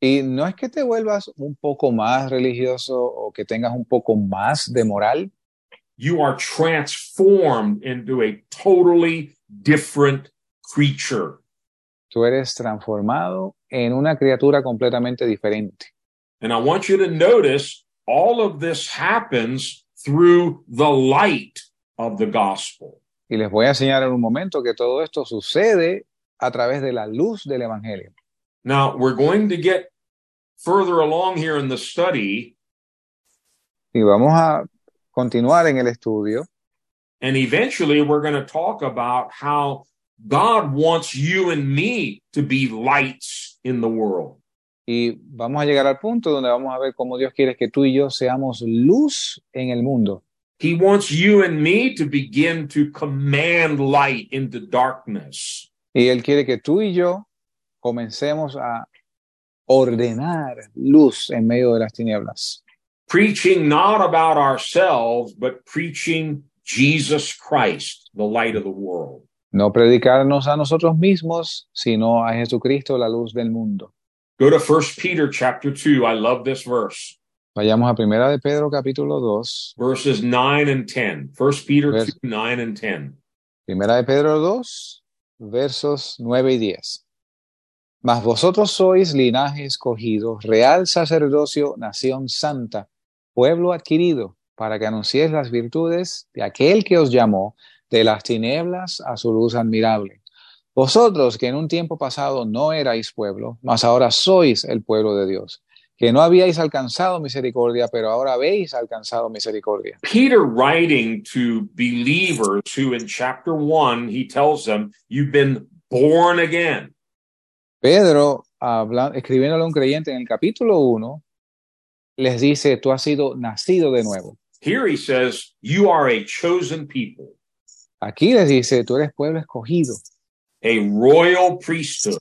Y no es que te vuelvas un poco más religioso o que tengas un poco más de moral,
You are transformed into a totally different creature.
tú eres transformado en una criatura completamente diferente.
And I want you to notice all of this happens through the light of the gospel.
Y les voy a enseñar en un momento que todo esto sucede a través de la luz del Evangelio.
Now, we're going to get further along here in the study
Y vamos a continuar en el estudio
And eventually we're going to talk about how God wants you and me to be lights in the world.
y vamos a llegar al punto donde vamos a ver cómo Dios quiere que tú y yo seamos luz en el mundo.
He wants you and me to begin to command light into darkness.
Y Él quiere que tú y yo comencemos a ordenar luz en medio de las tinieblas.
Preaching not about ourselves, but preaching Jesus Christ, the light of the world.
No predicarnos a nosotros mismos, sino a Jesucristo, la luz del mundo.
Go to 1 Peter chapter 2. I love this verse.
Vayamos a Primera de Pedro capítulo 2,
Verses 9 and 10. 1 Peter
Verse-
2, 9 and 10.
Primera de Pedro 2, versos 9 y 10. Mas vosotros sois linaje escogido, real sacerdocio, nación santa, pueblo adquirido, para que anunciéis las virtudes de aquel que os llamó de las tinieblas a su luz admirable. Vosotros que en un tiempo pasado no erais pueblo, mas ahora sois el pueblo de Dios, que no habíais alcanzado misericordia, pero ahora habéis alcanzado misericordia.
Peter writing to believers who in chapter 1 he tells them you've been born again.
Pedro, habla- escribiéndole a un creyente en el capítulo 1, les dice, tú has sido nacido de nuevo.
Here he says you are a chosen people,
Aquí les dice, tú eres pueblo escogido,
a royal priesthood,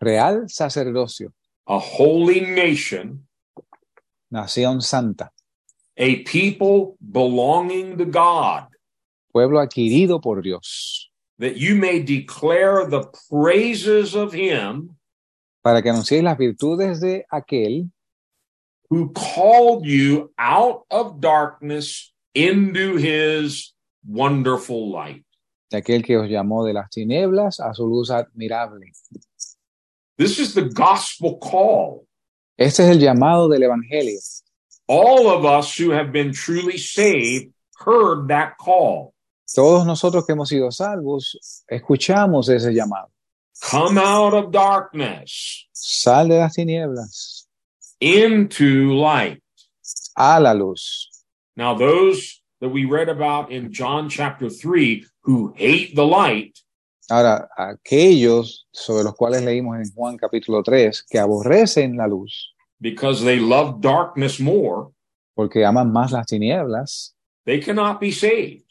real sacerdocio,
a holy nation,
nación santa,
a people belonging to God,
pueblo adquirido por Dios,
that you may declare the praises of him
para que anunciéis las virtudes de aquel
who called you out of darkness into his wonderful light.
de aquel que os llamó de las tinieblas a su luz admirable.
This is the gospel call.
Este es el llamado del Evangelio.
All of us who have been truly saved heard that call.
Todos nosotros que hemos sido salvos, escuchamos ese llamado.
Come out of darkness
Sal de las tinieblas
into light.
a la luz.
Now, those that we read about in John chapter 3 who hate the light,
Ahora, aquellos sobre los cuales leímos en Juan capítulo 3, que aborrecen la luz
because they love darkness more,
porque aman más las tinieblas,
they cannot be saved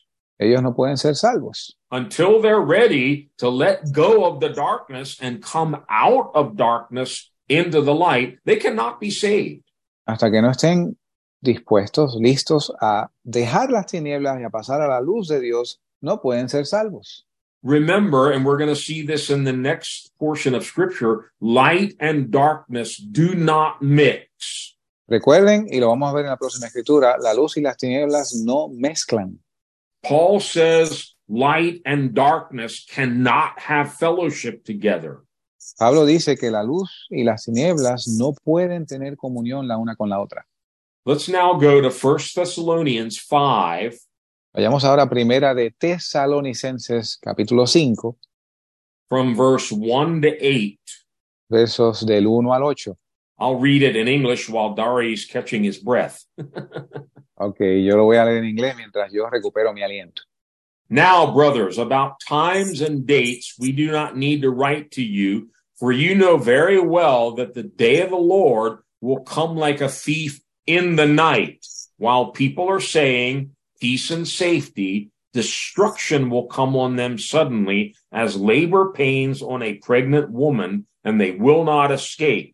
ellos no pueden ser salvos
until they're ready to let go of the darkness and come out of darkness into the light. They cannot be saved.
hasta que no estén dispuestos, listos a dejar las tinieblas y a pasar a la luz de Dios, no pueden ser salvos.
Remember, and we're going to see this in the next portion of scripture light and darkness do not mix.
Recuerden, y lo vamos a ver en la próxima escritura, la luz y las tinieblas no mezclan.
Paul says light and darkness cannot have fellowship together.
Pablo dice que la luz y las tinieblas no pueden tener comunión la una con la otra.
Let's now go to 1 Thessalonians 5,
Vayamos ahora a primera de Tesalonicenses capítulo 5.
from verse 1 to 8.
versos del 1 al 8.
I'll read it in English while Dari's catching his breath.
Ok, yo lo voy a leer en inglés mientras yo recupero mi aliento.
Now, brothers, about times and dates, we do not need to write to you, for you know very well that the day of the Lord will come like a thief in the night. While people are saying peace and safety, destruction will come on them suddenly as labor pains on a pregnant woman, and they will not escape.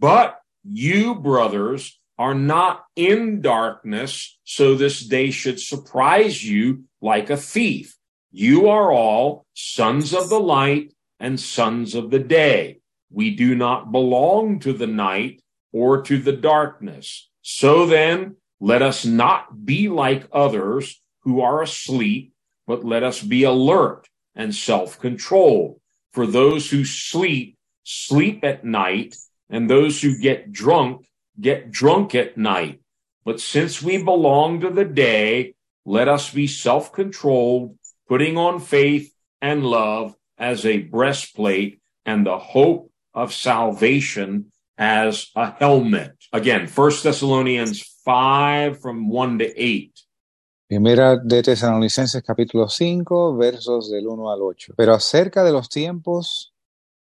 But you, brothers, are not in darkness, so this day should surprise you like a thief. You are all sons of the light and sons of the day. We do not belong to the night or to the darkness. So then, let us not be like others who are asleep, but let us be alert and self controlled. For those who sleep, sleep at night and those who get drunk get drunk at night. But since we belong to the day, let us be self controlled, putting on faith and love as a breastplate and the hope of salvation as a helmet. Again, First Thessalonians 5 from 1 to 8.
Primera de Tesalonicenses capítulo 5, versos del 1 al 8. Pero acerca de los tiempos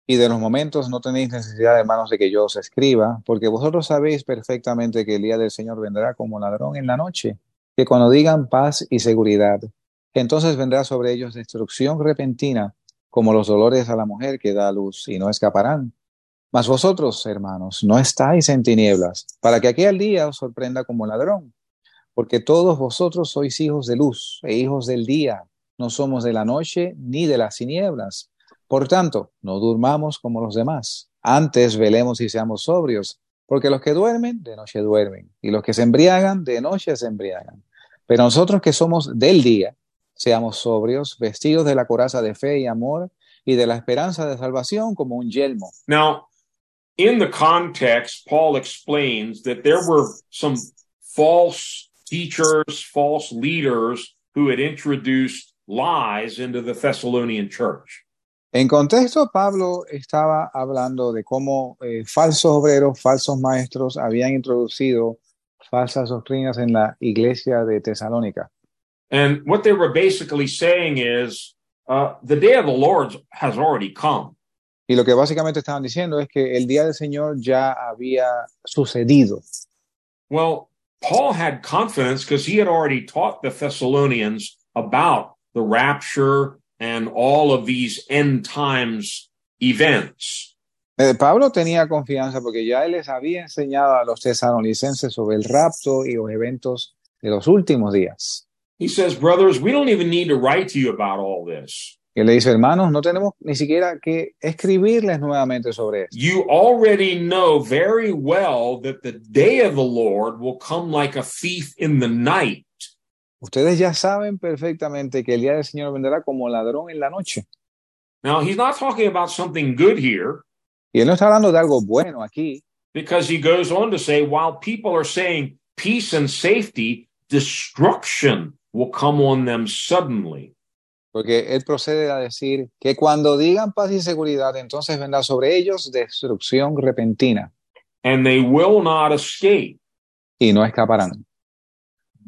y de los momentos no tenéis necesidad, hermanos, de que yo os escriba, porque vosotros sabéis perfectamente que el día del Señor vendrá como ladrón en la noche, que cuando digan paz y seguridad, entonces vendrá sobre ellos destrucción repentina, como los dolores a la mujer que da a luz, y no escaparán. Mas vosotros, hermanos, no estáis en tinieblas, para que aquel día os sorprenda como ladrón porque todos vosotros sois hijos de luz e hijos del día. no somos de la noche ni de las tinieblas. Por tanto, no durmamos como los demás. Antes velemos y seamos sobrios, porque los que duermen, de noche duermen, y los que se embriagan, de noche se embriagan. Pero nosotros que somos del día, seamos sobrios, vestidos de la coraza de fe y amor y de la esperanza de salvación como un yelmo.
Now, in the context, Paul explains that there were some false teachers, false leaders who had introduced lies into the Thessalonian church.
En contexto, Pablo estaba hablando de cómo eh, falsos obreros, falsos maestros habían introducido falsas doctrinas en la iglesia de Tesalónica.
And what they were basically saying is uh, the day of the Lord has already come.
Y lo que básicamente estaban diciendo es que el día del Señor ya había sucedido.
Well, Paul had confidence because he had already taught the Thessalonians about the rapture and all of these end times events.
Eh, Pablo tenía confianza porque ya él les había enseñado a los tesalonicenses sobre el rapto y los eventos de los últimos días.
He says, Brothers, we don't even need to write to you about all this.
Y él le dice, hermanos, no tenemos ni siquiera que escribirles nuevamente sobre esto.
You already know very well that the day of the Lord will come like a thief in the night.
Ustedes ya saben perfectamente que el día del Señor vendrá como ladrón en la noche.
Now, he's not talking about something good here
Y él no está hablando de algo bueno aquí,
because he goes on to say, while people are saying peace and safety, destruction will come on them suddenly.
porque él procede a decir que cuando digan paz y seguridad, entonces vendrá sobre ellos destrucción repentina
and they will not escape.
y no escaparán.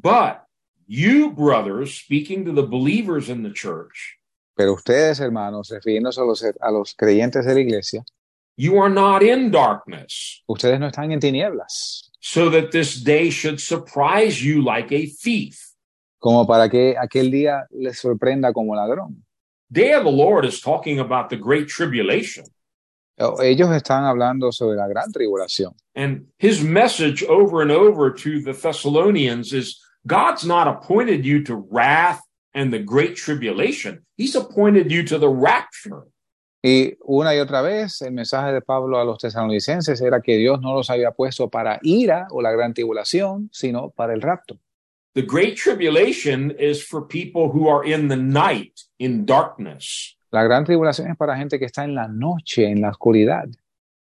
But you, brothers, speaking to the believers in the church,
Pero ustedes, hermanos, refiriéndose a los, a los creyentes de la iglesia,
you are not in darkness,
ustedes no están en tinieblas,
so that this day should surprise you like a thief.
como para que aquel día les sorprenda como ladrón.
Day of the Lord is talking about the great tribulation,
Ellos están hablando sobre la gran tribulación.
and his message over and over to the Thessalonians is God's not appointed you to wrath and the great tribulation, he's appointed you to the rapture.
Y una y otra vez el mensaje de Pablo a los tesalonicenses era que Dios no los había puesto para ira o la gran tribulación, sino para el rapto.
The great tribulation is for people who are in the night, in darkness.
La gran tribulación es para gente que está en la noche, en la oscuridad.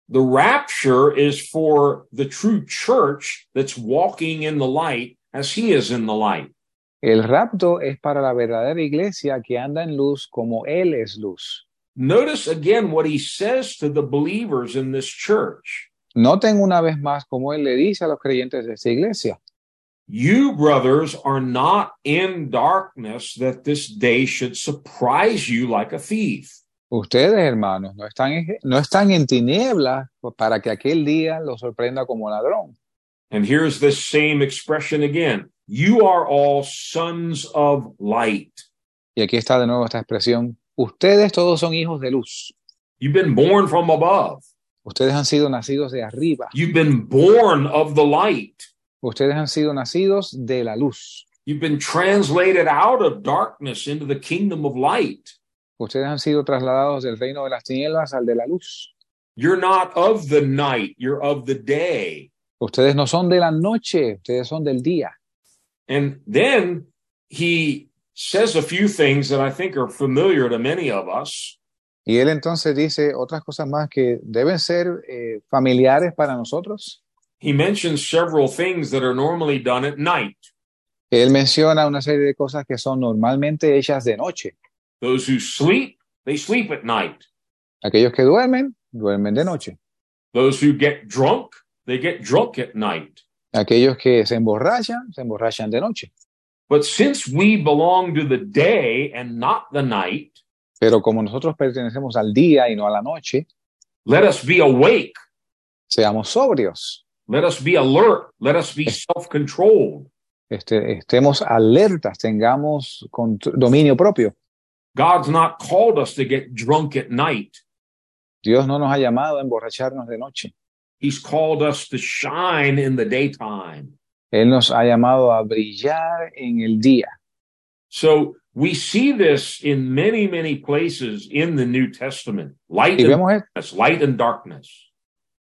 The rapture is for the true church that's walking in the light as he is in the light.
El rapto es para la verdadera iglesia que anda en luz como Él es luz.
Notice again what he says to the believers in this church.
Noten una vez más como Él le dice a los creyentes de esta iglesia,
You, brothers, are not in darkness that this day should surprise you like a thief.
ustedes hermanos no están en, no están en tinieblas para que aquel día los sorprenda como ladrón.
And here's this same expression again. You are all sons of light.
Y aquí está de nuevo esta expresión, ustedes todos son hijos de luz.
You've been born from above.
Ustedes han sido nacidos de arriba.
You've been born of the light.
Ustedes han sido nacidos de la luz.
You've been translated out of darkness into the kingdom of light.
Ustedes han sido trasladados del reino de las tinieblas al de la luz.
You're not of the night, you're of the day.
Ustedes no son de la noche, ustedes son del día.
And then he says a few things that I think are familiar to many of us.
Y él entonces dice otras cosas más que deben ser eh, familiares para nosotros.
He mentions several things that are normally done at night.
Él menciona una serie de cosas que son normalmente hechas de noche.
Those who sleep, they sleep at night.
Aquellos que duermen, duermen de noche.
Those who get drunk, they get drunk at night.
Aquellos que se emborrachan, se emborrachan de noche.
But since we belong to the day and not the night,
Pero como nosotros pertenecemos al día y no a la noche,
let us be awake.
seamos sobrios.
Let us be alert. Let us be self controlled.
este, estemos alertas, tengamos contr- dominio propio.
God's not called us to get drunk at night.
Dios no nos ha llamado a emborracharnos de noche.
He's called us to shine in the daytime.
Él nos ha llamado a brillar en el día.
So We see this in many, many places in the New Testament. Light
Y
and
vemos, e-
darkness, light and darkness.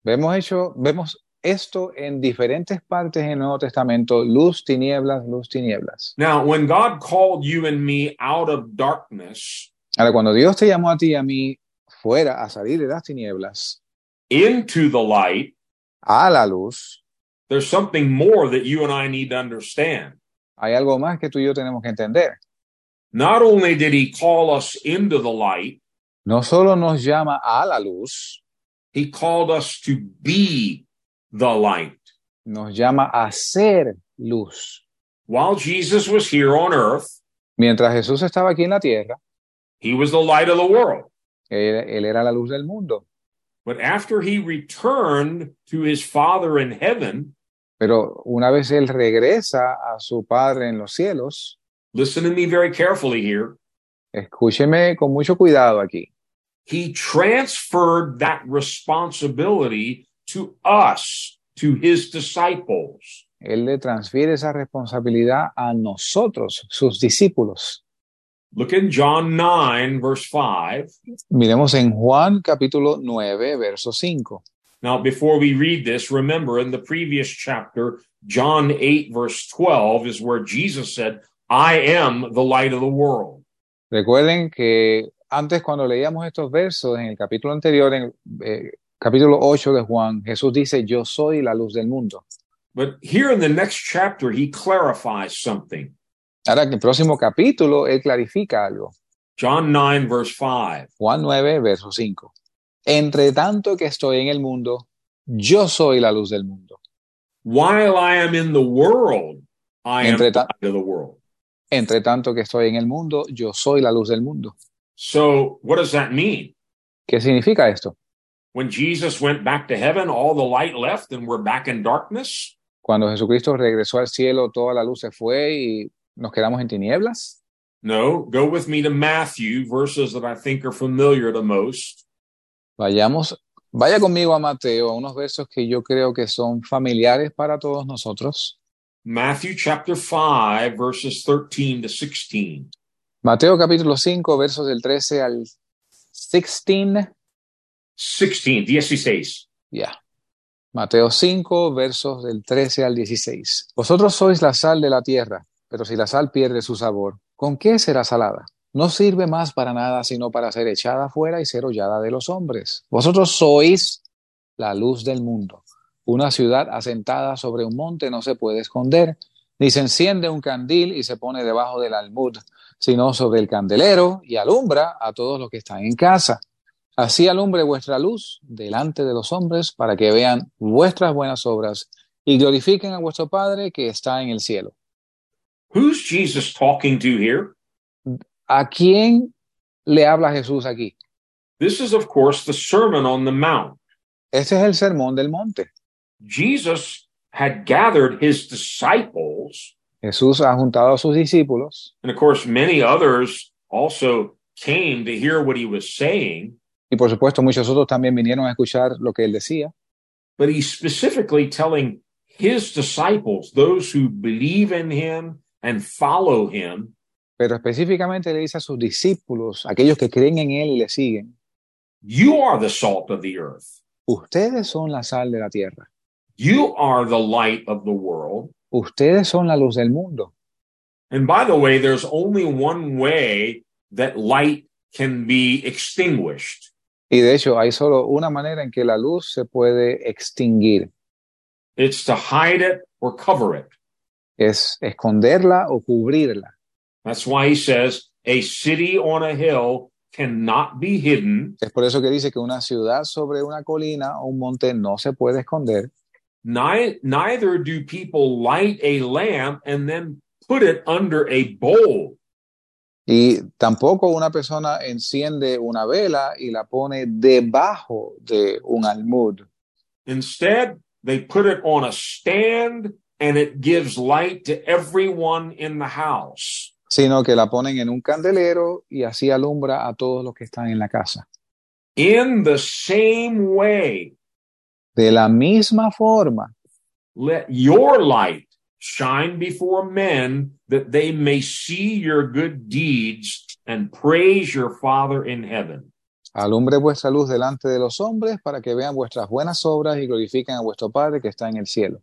vemos, hecho, vemos esto en diferentes partes en el Nuevo Testamento, luz, tinieblas, luz, tinieblas.
Now, when God called you and me out of darkness
Ahora, cuando Dios te llamó a ti y a mí fuera a salir de las tinieblas
into the light,
a la luz,
there's something more that you and I need to understand.
hay algo más que tú y yo tenemos que entender.
Not only did he call us into the light,
No solo nos llama a la luz,
he called us to be the light.
nos llama a ser luz.
While Jesus was here on earth,
Mientras Jesús estaba aquí en la tierra,
he was the light of the world.
él, él era la luz del mundo.
But after he returned to his Father in heaven,
Pero una vez él regresa a su Padre en los cielos,
listen to me very carefully here,
escúcheme con mucho cuidado aquí.
he transferred that responsibility to us, to his disciples.
Él le transfiere esa responsabilidad a nosotros, sus discípulos.
Look in John 9, verse 5.
Miremos en Juan capítulo 9, verso 5.
Now, before we read this, remember in the previous chapter, John 8, verse 12 is where Jesus said, I am the light of the world.
Recuerden que antes cuando leíamos estos versos en el capítulo anterior, en eh, capítulo 8 de Juan, Jesús dice, yo soy la luz del mundo.
But here in the next chapter, he clarifies something.
Ahora en el próximo capítulo, él clarifica algo.
John 9, verse 5.
Juan 9, verso 5. Entre tanto que estoy en el mundo, yo soy la luz del mundo.
While I am in the world, I am the
Entre ta-
light of the world.
Entre tanto que estoy en el mundo, yo soy la luz del mundo.
So, what does that mean?
¿Qué significa esto?
When Jesus went back to heaven, all the light left and we're back in darkness?
Cuando Jesucristo regresó al cielo, toda la luz se fue y nos quedamos en tinieblas.
No, go with me to Matthew, verses that I think are familiar to most.
Vayamos, vaya conmigo a Mateo, a unos versos que yo creo que son familiares para todos nosotros.
Matthew chapter 5, verses 13 to 16.
Mateo capítulo 5, versos del 13 al 16.
16, 16.
Ya. Mateo 5, versos del 13 al 16. Vosotros sois la sal de la tierra, pero si la sal pierde su sabor, ¿con qué será salada? No sirve más para nada sino para ser echada fuera y ser hollada de los hombres. Vosotros sois la luz del mundo. Una ciudad asentada sobre un monte no se puede esconder, ni se enciende un candil y se pone debajo del almud, sino sobre el candelero y alumbra a todos los que están en casa. Así alumbre vuestra luz delante de los hombres para que vean vuestras buenas obras y glorifiquen a vuestro Padre que está en el cielo.
Who's Jesus talking to here?
¿A quién le habla Jesús aquí?
This is, of course, the Sermon on the Mount.
Este es el sermón del monte.
Jesus had gathered his disciples,
Jesús ha juntado a sus discípulos
and of course, many others also came to hear what he was saying,
y por supuesto muchos otros también vinieron a escuchar lo que él decía,
but he's specifically telling his disciples, those who believe in him and follow him,
pero específicamente le dice a sus discípulos, aquellos que creen en él y le siguen,
you are the salt of the earth.
ustedes son la sal de la tierra,
You are the light of the world.
ustedes son la luz del mundo.
And by the way, there's only one way that light can be extinguished.
Y de hecho hay solo una manera en que la luz se puede extinguir.
It's to hide it or cover it.
es esconderla o cubrirla.
That's why he says a city on a hill cannot be hidden,
Es por eso que dice que una ciudad sobre una colina o un monte no se puede esconder,
Ni- neither do people light a lamp and then put it under a bowl.
y tampoco una persona enciende una vela y la pone debajo de un almud.
Instead, they put it on a stand and it gives light to everyone in the house.
sino que la ponen en un candelero y así alumbra a todos los que están en la casa.
In the same way,
De la misma forma,
let your light Shine before men that they may see your good deeds and praise your Father in heaven.
Alumbre vuestra luz delante de los hombres para que vean vuestras buenas obras y glorifiquen a vuestro Padre que está en el cielo.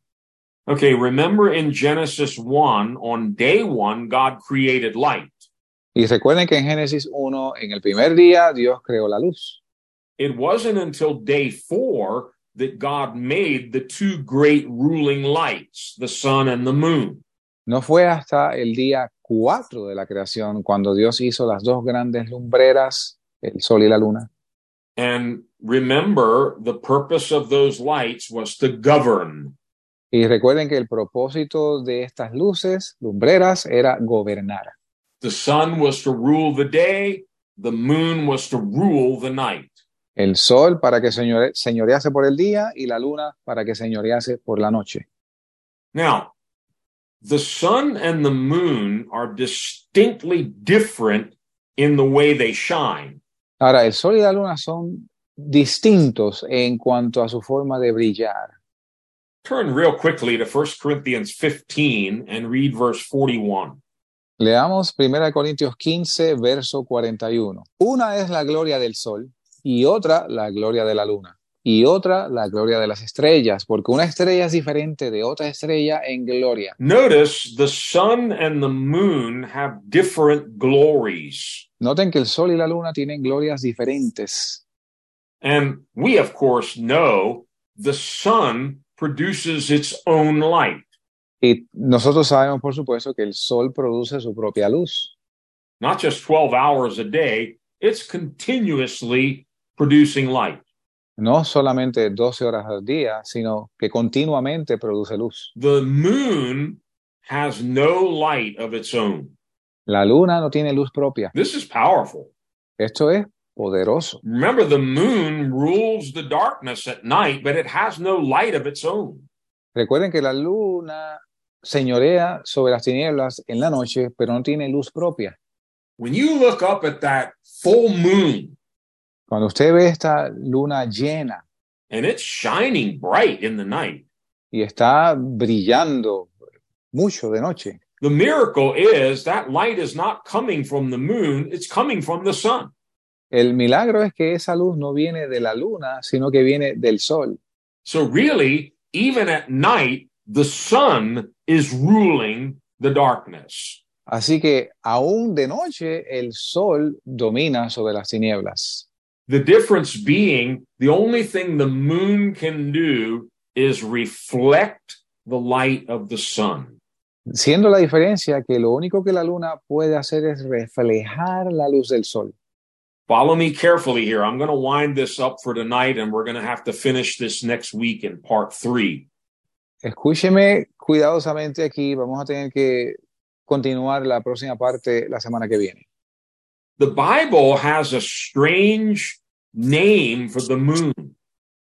Okay, remember in Genesis 1, on day 1, God created light.
Y recuerden que en Génesis 1, en el primer día, Dios creó la luz.
It wasn't until day 4 that God made the two great ruling lights, the sun and the moon.
No fue hasta el día 4 de la creación cuando Dios hizo las dos grandes lumbreras, el sol y la luna.
And remember, the purpose of those lights was to govern.
Y recuerden que el propósito de estas luces, lumbreras, era gobernar.
The sun was to rule the day, the moon was to rule the night.
El sol para que señore- señorease por el día y la luna para que señorease por la noche.
Now, the sun and the moon are distinctly different in the way they shine.
Ahora, el sol y la luna son distintos en cuanto a su forma de brillar.
Turn real quickly to 1 Corinthians 15 and read verse 41.
Leamos 1 Corintios 15, verso 41. Una es la gloria del sol y otra la gloria de la luna y otra la gloria de las estrellas, porque una estrella es diferente de otra estrella en gloria.
Notice the sun and the moon have different glories.
Noten que el sol y la luna tienen glorias diferentes.
And we, of course, know the sun produces its own light.
Y nosotros sabemos, por supuesto, que el sol produce su propia luz.
not just 12 hours a day, it's continuously producing light.
No solamente 12 horas al día, sino que continuamente produce luz.
The moon has no light of its own.
La luna no tiene luz propia.
This is powerful.
Esto es poderoso.
Remember, the moon rules the darkness at night, but it has no light of its own.
Recuerden que la luna señorea sobre las tinieblas en la noche, pero no tiene luz propia.
When you look up at that full moon
Cuando usted ve esta luna llena
and it's shining bright in the night,
y está brillando mucho de noche,
the miracle is that light is not coming from the moon, it's coming from the sun.
el milagro es que esa luz no viene de la luna, sino que viene del sol.
So really, even at night, the sun is ruling the darkness.
Así que aún de noche el sol domina sobre las tinieblas.
The difference being the only thing the moon can do is reflect the light of the sun.
Siendo la diferencia que lo único que la luna puede hacer es reflejar la luz del sol.
Follow me carefully here. I'm going to wind this up for tonight and we're going to have to finish this next week in part three.
Escúcheme cuidadosamente aquí. Vamos a tener que continuar la próxima parte la semana que viene.
The Bible has a strange name for the moon.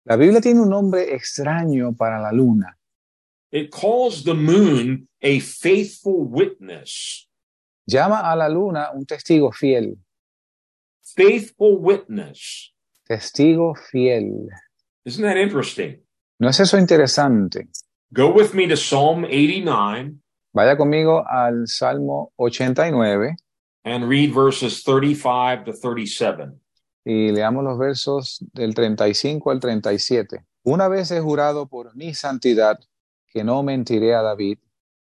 La Biblia tiene un nombre extraño para la luna.
It calls the moon a faithful witness.
Llama a la luna un testigo fiel.
faithful witness.
Testigo fiel.
Isn't that interesting?
¿No es eso interesante?
Go with me to Psalm 89
Vaya conmigo al Salmo 89
and read verses 35 to 37.
y leamos los versos del 35 al 37. Una vez he jurado por mi santidad que no mentiré a David.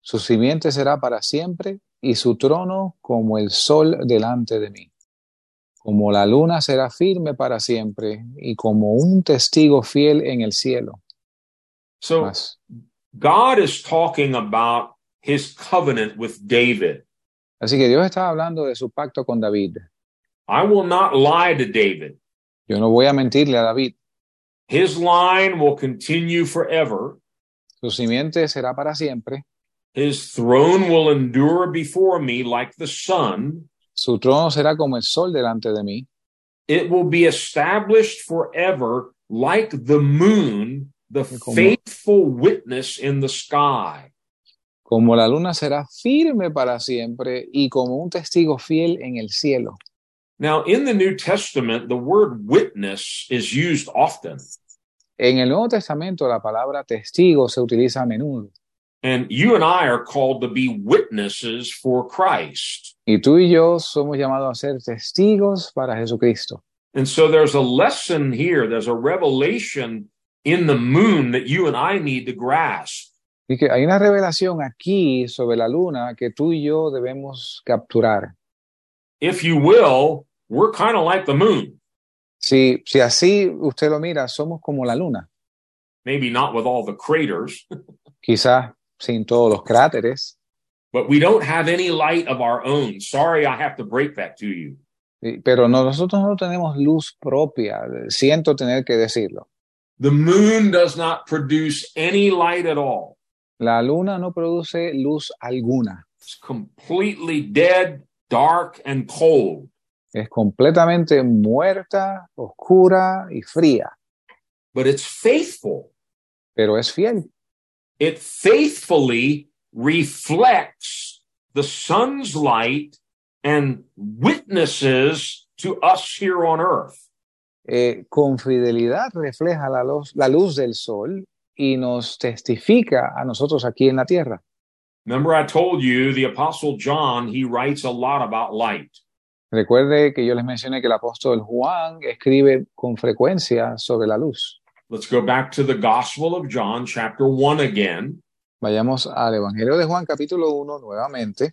Su simiente será para siempre y su trono como el sol delante de mí. Como la luna será firme para siempre y como un testigo fiel en el cielo.
So
Mas-
God is talking about his covenant with David.
Así que Dios está hablando de su pacto con David.
I will not lie to David.
Yo no voy a mentirle a David.
His line will continue forever.
Su simiente será para siempre.
His throne will endure before me like the sun.
Su trono será como el sol delante de mí.
It will be established forever like the moon, the
Como-
faithful witness in the sky.
como la luna será firme para siempre y como un testigo fiel en el cielo.
Now, in the New Testament, the word witness is used often,
En el Nuevo Testamento la palabra testigo se utiliza a menudo
And you and I are called to be witnesses for Christ.
Y tú y yo somos llamados a ser testigos para Jesucristo.
And so there's a lesson here, there's a revelation in the moon that you and I need to grasp.
Y que hay una revelación aquí sobre la luna que tú y yo debemos capturar.
If you will, we're kind of like the moon.
Si, si así usted lo mira, somos como la luna.
Maybe not with all the craters,
Quizás sin todos los cráteres.
but we don't have any light of our own. Sorry, I have to break that to you.
y- Pero no- nosotros no tenemos luz propia. Siento tener que decirlo.
The moon does not produce any light at all.
La luna no produce luz alguna.
It's completely dead, dark, and cold.
Es completamente muerta, oscura y fría,
But it's faithful.
pero es fiel.
It faithfully reflects the sun's light and witnesses to us here on earth.
eh, con fidelidad refleja la luz, la luz del sol y nos testifica a nosotros aquí en la tierra.
Remember, I told you the Apostle John, he writes a lot about light.
Recuerde que yo les mencioné que el apóstol Juan escribe con frecuencia sobre la luz.
Let's go back to the Gospel of John, chapter 1 again.
Vayamos al Evangelio de Juan capítulo 1 nuevamente.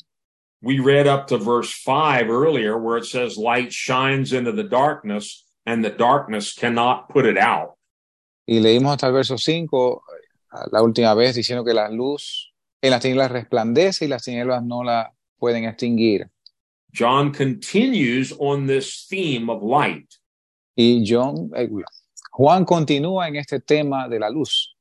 We read up to verse 5 earlier where it says, Light shines into the darkness, and the darkness cannot put it out.
Y leímos hasta el verso 5 eh, la última vez diciendo que la luz en las tinieblas resplandece y las tinieblas no la pueden extinguir.
John continues on this theme of light.
Y John, eh, Juan continúa en este tema de la luz.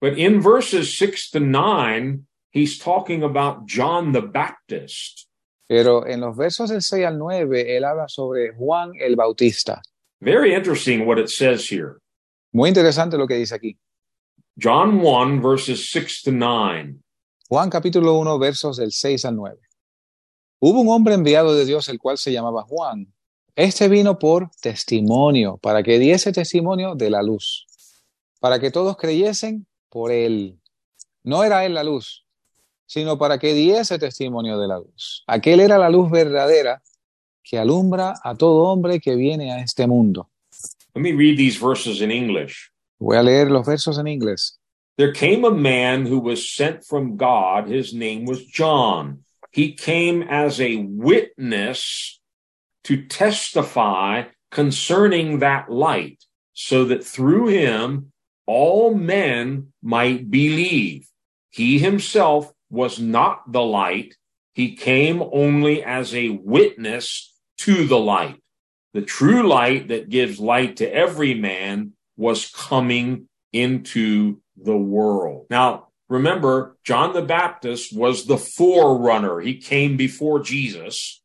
But in verses 6 to 9, he's talking about John the Baptist.
Pero en los versos del 6 al 9, él habla sobre Juan el Bautista.
Very interesting what it says here.
Muy interesante lo que dice aquí.
John 1, verses 6 to 9.
Juan capítulo 1, versos del 6 al 9. Hubo un hombre enviado de Dios, el cual se llamaba Juan. Este vino por testimonio, para que diese testimonio de la luz, para que todos creyesen por él. No era él la luz, sino para que diese testimonio de la luz. Aquel era la luz verdadera que alumbra a todo hombre que viene a este mundo.
Let me read these verses in English.
Voy a leer los versos en inglés.
There came a man who was sent from God. His name was John. He came as a witness to testify concerning that light, so that through him all men might believe. He himself was not the light. He came only as a witness to the light. The true light that gives light to every man was coming into the world. Now, remember, John the Baptist was the forerunner. He came before Jesus.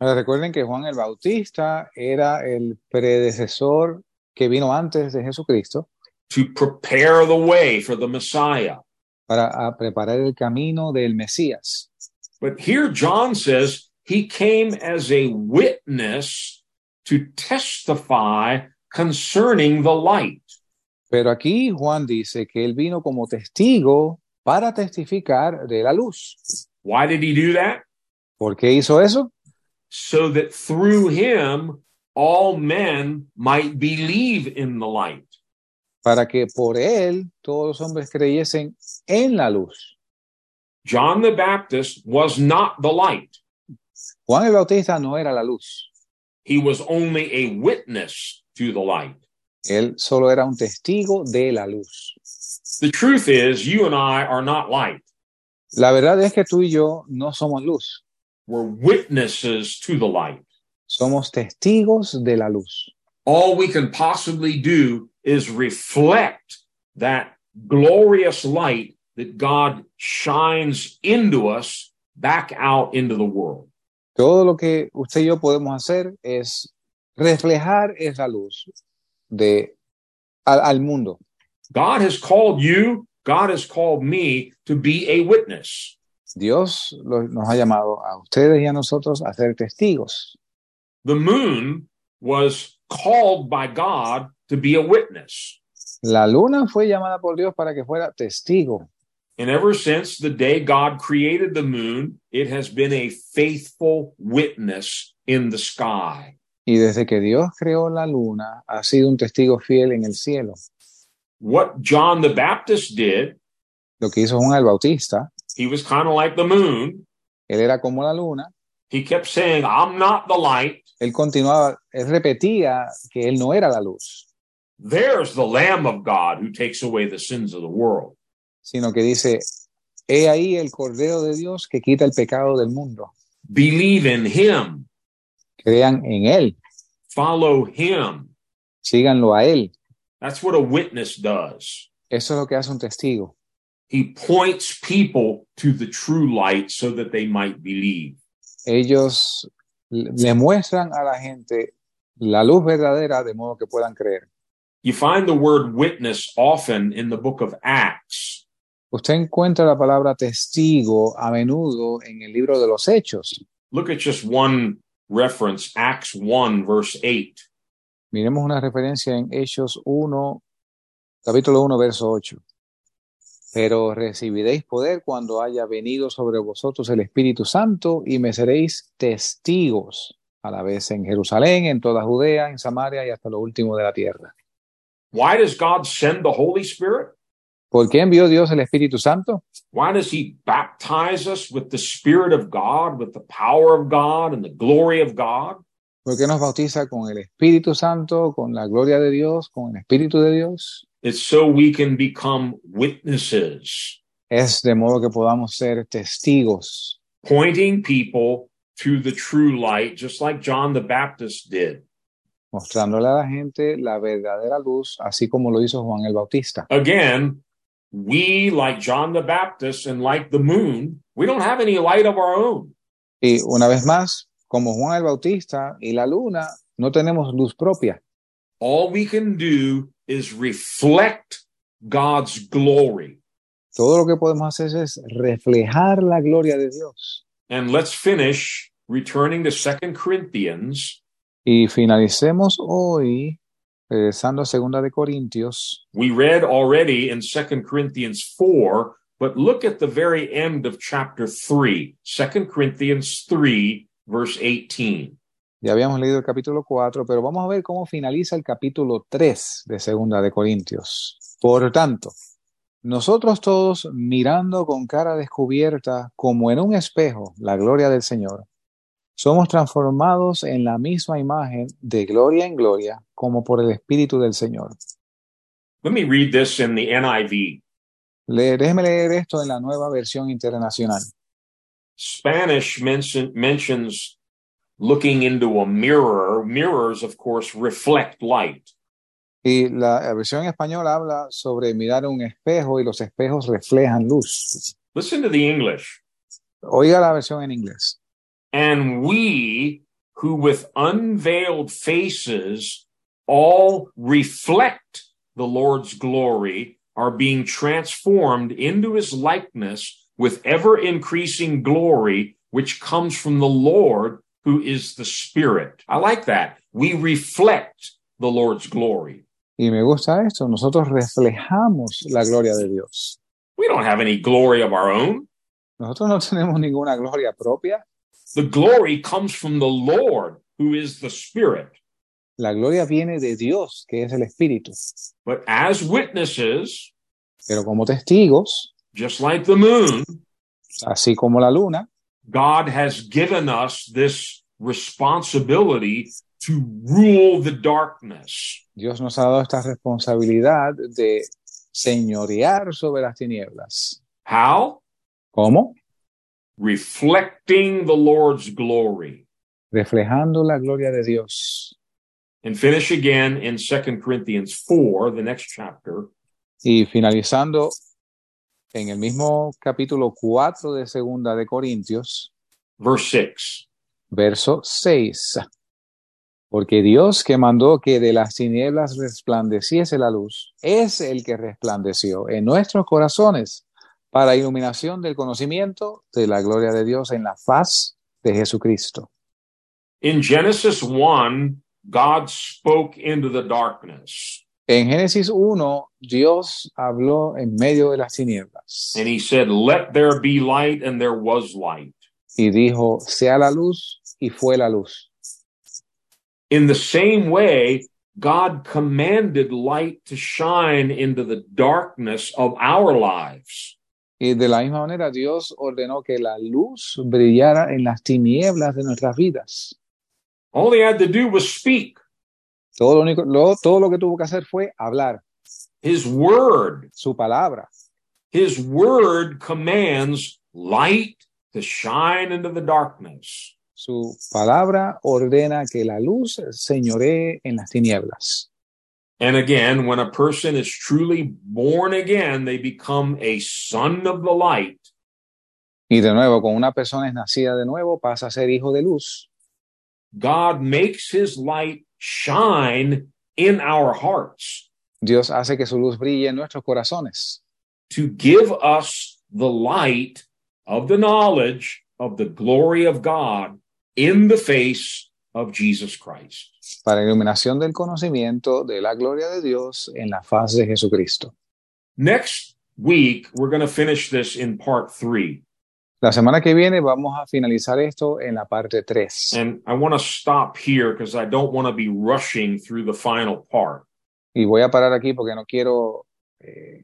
Ahora recuerden que Juan el Bautista era el predecesor que vino antes de Jesucristo
To prepare the way for the Messiah.
para a preparar el camino del Mesías.
But here John says he came as a witness to testify concerning the light.
Pero aquí Juan dice que él vino como testigo para testificar de la luz.
Why did he do that?
¿Por qué hizo eso?
So that through him all men might believe in the light.
Para que por él todos los hombres creyesen en la luz.
John the Baptist was not the light.
Juan el Bautista no era la luz,
He was only a witness to the light.
él solo era un testigo de la luz.
The truth is, you and I are not light.
La verdad es que tú y yo no somos luz.
We're witnesses to the light.
Somos testigos de la luz.
All we can possibly do is reflect that glorious light that God shines into us back out into the world.
Todo lo que usted y yo podemos hacer es reflejar esa luz de, al, al mundo.
God has called you, God has called me to be a witness.
Dios lo- nos ha llamado a ustedes y a nosotros a ser testigos.
The moon was called by God to be a witness.
La luna fue llamada por Dios para que fuera testigo.
And ever since the day God created the moon, it has been a faithful witness in the sky.
Y desde que Dios creó la luna, ha sido un testigo fiel en el cielo.
What John the Baptist did,
Lo que hizo Juan el Bautista,
he was kind of like the moon.
él era como la luna,
He kept saying, I'm not the light.
él continuaba, él repetía que él no era la luz,
There's the Lamb of God who takes away the sins of the world.
sino que dice, he ahí el Cordero de Dios que quita el pecado del mundo.
Believe in him,
Crean en él,
follow him.
síganlo a él.
That's what a witness does.
Eso es lo que hace un testigo.
He points people to the true light so that they might believe.
Ellos le le muestran a la gente la luz verdadera de modo que puedan creer.
You find the word witness often in the book of Acts.
Usted encuentra la palabra testigo a menudo en el libro de los hechos.
Look at just one reference, Acts 1, verse 8.
Miremos una referencia en Hechos 1, capítulo 1, verso 8. Pero recibiréis poder cuando haya venido sobre vosotros el Espíritu Santo y me seréis testigos a la vez en Jerusalén, en toda Judea, en Samaria y hasta lo último de la tierra.
Why does God send the Holy Spirit?
¿Por qué envió Dios el Espíritu Santo?
Why does he baptize us with the Spirit of God, with the power of God, and the glory of God?
¿Por qué nos bautiza con el Espíritu Santo, con la gloria de Dios, con el Espíritu de Dios?
It's so we can become witnesses,
Es de modo que podamos ser testigos,
pointing people to the true light, just like John the Baptist did.
mostrándole a la gente la verdadera luz, así como lo hizo Juan el Bautista.
Again, we, like John the Baptist and like the moon, we don't have any light of our own.
Y una vez más, como Juan el Bautista y la luna, no tenemos luz propia.
All we can do is reflect God's glory.
Todo lo que podemos hacer es reflejar la gloria de Dios.
And let's finish returning to Second Corinthians
Y finalicemos hoy, regresando a Segunda de Corintios
We read already in 2 Corinthians 4, but look at the very end of chapter 3, 2 Corinthians 3, verse 18.
Ya habíamos leído el capítulo 4, pero vamos a ver cómo finaliza el capítulo 3 de Segunda de Corintios. Por tanto, nosotros todos mirando con cara descubierta, como en un espejo, la gloria del Señor, somos transformados en la misma imagen de gloria en gloria, como por el Espíritu del Señor.
Let me read this in the NIV.
Le- déjeme leer esto en la nueva versión internacional.
Spanish mention, mentions looking into a mirror. Mirrors, of course, reflect light.
Y la versión española habla sobre mirar un espejo y los espejos reflejan luz.
Listen to the English.
Oiga la versión en inglés.
And we who with unveiled faces all reflect the Lord's glory are being transformed into his likeness with ever increasing glory, which comes from the Lord who is the Spirit. I like that. We reflect the Lord's glory.
Y me gusta esto, nosotros reflejamos la gloria de Dios.
We don't have any glory of our own.
Nosotros no tenemos ninguna gloria propia,
The glory comes from the Lord who is the Spirit.
la gloria viene de Dios, que es el Espíritu.
But as witnesses,
Pero como testigos,
just like the moon,
así como la luna,
God has given us this responsibility to rule the darkness.
Dios nos ha dado esta responsabilidad de señorear sobre las tinieblas.
How?
¿Cómo?
Reflecting the Lord's glory.
Reflejando la gloria de Dios.
And finish again in 2 Corinthians 4, the next chapter.
Y finalizando en el mismo capítulo 4 de Segunda de Corintios,
Verse 6.
verso 6. Porque Dios que mandó que de las tinieblas resplandeciese la luz, es el que resplandeció en nuestros corazones para iluminación del conocimiento de la gloria de Dios en la faz de Jesucristo.
In Genesis 1, God spoke into the darkness.
En Génesis 1, Dios habló en medio de las tinieblas
And he said, Let there be light, and there was light.
y dijo, sea la luz y fue la luz.
In the same way, God commanded light to shine into the darkness of our lives.
Y de la misma manera, Dios ordenó que la luz brillara en las tinieblas de nuestras vidas.
All he had to do was speak.
Todo lo, único, lo- todo lo que tuvo que hacer fue hablar
His word,
su palabra.
his word commands light to shine into the darkness.
Su palabra ordena que la luz señoree en las tinieblas.
And again, when a person is truly born again, they become a son of the light.
Y de nuevo, cuando una persona es nacida de nuevo, pasa a ser hijo de luz.
God makes his light shine in our hearts
Dios hace que su luz brille en nuestros corazones
to give us the light of the knowledge of the glory of God in the face of Jesus Christ.
para iluminación del conocimiento de la gloria de Dios en la faz de Jesucristo.
Next week, we're going to finish this in part three.
La semana que viene vamos a finalizar esto en la parte 3.
And I want to stop here because I don't want to be rushing through the final part.
Y voy a parar aquí porque no quiero eh,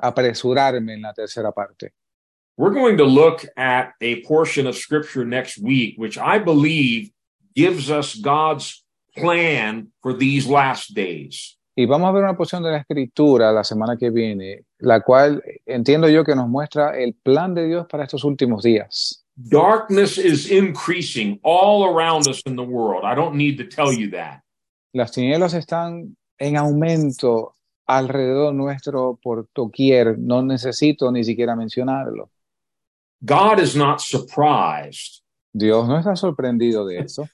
apresurarme en la tercera parte.
We're going to look at a portion of scripture next week, which I believe gives us God's plan for these last days.
Y vamos a ver una porción de la escritura la semana que viene, la cual entiendo yo que nos muestra el plan de Dios para estos últimos días.
Darkness is increasing all around us in the world. I don't need to tell you that.
Las tinieblas están en aumento alrededor nuestro por doquier. No necesito ni siquiera mencionarlo.
God is not surprised.
Dios no está sorprendido de eso.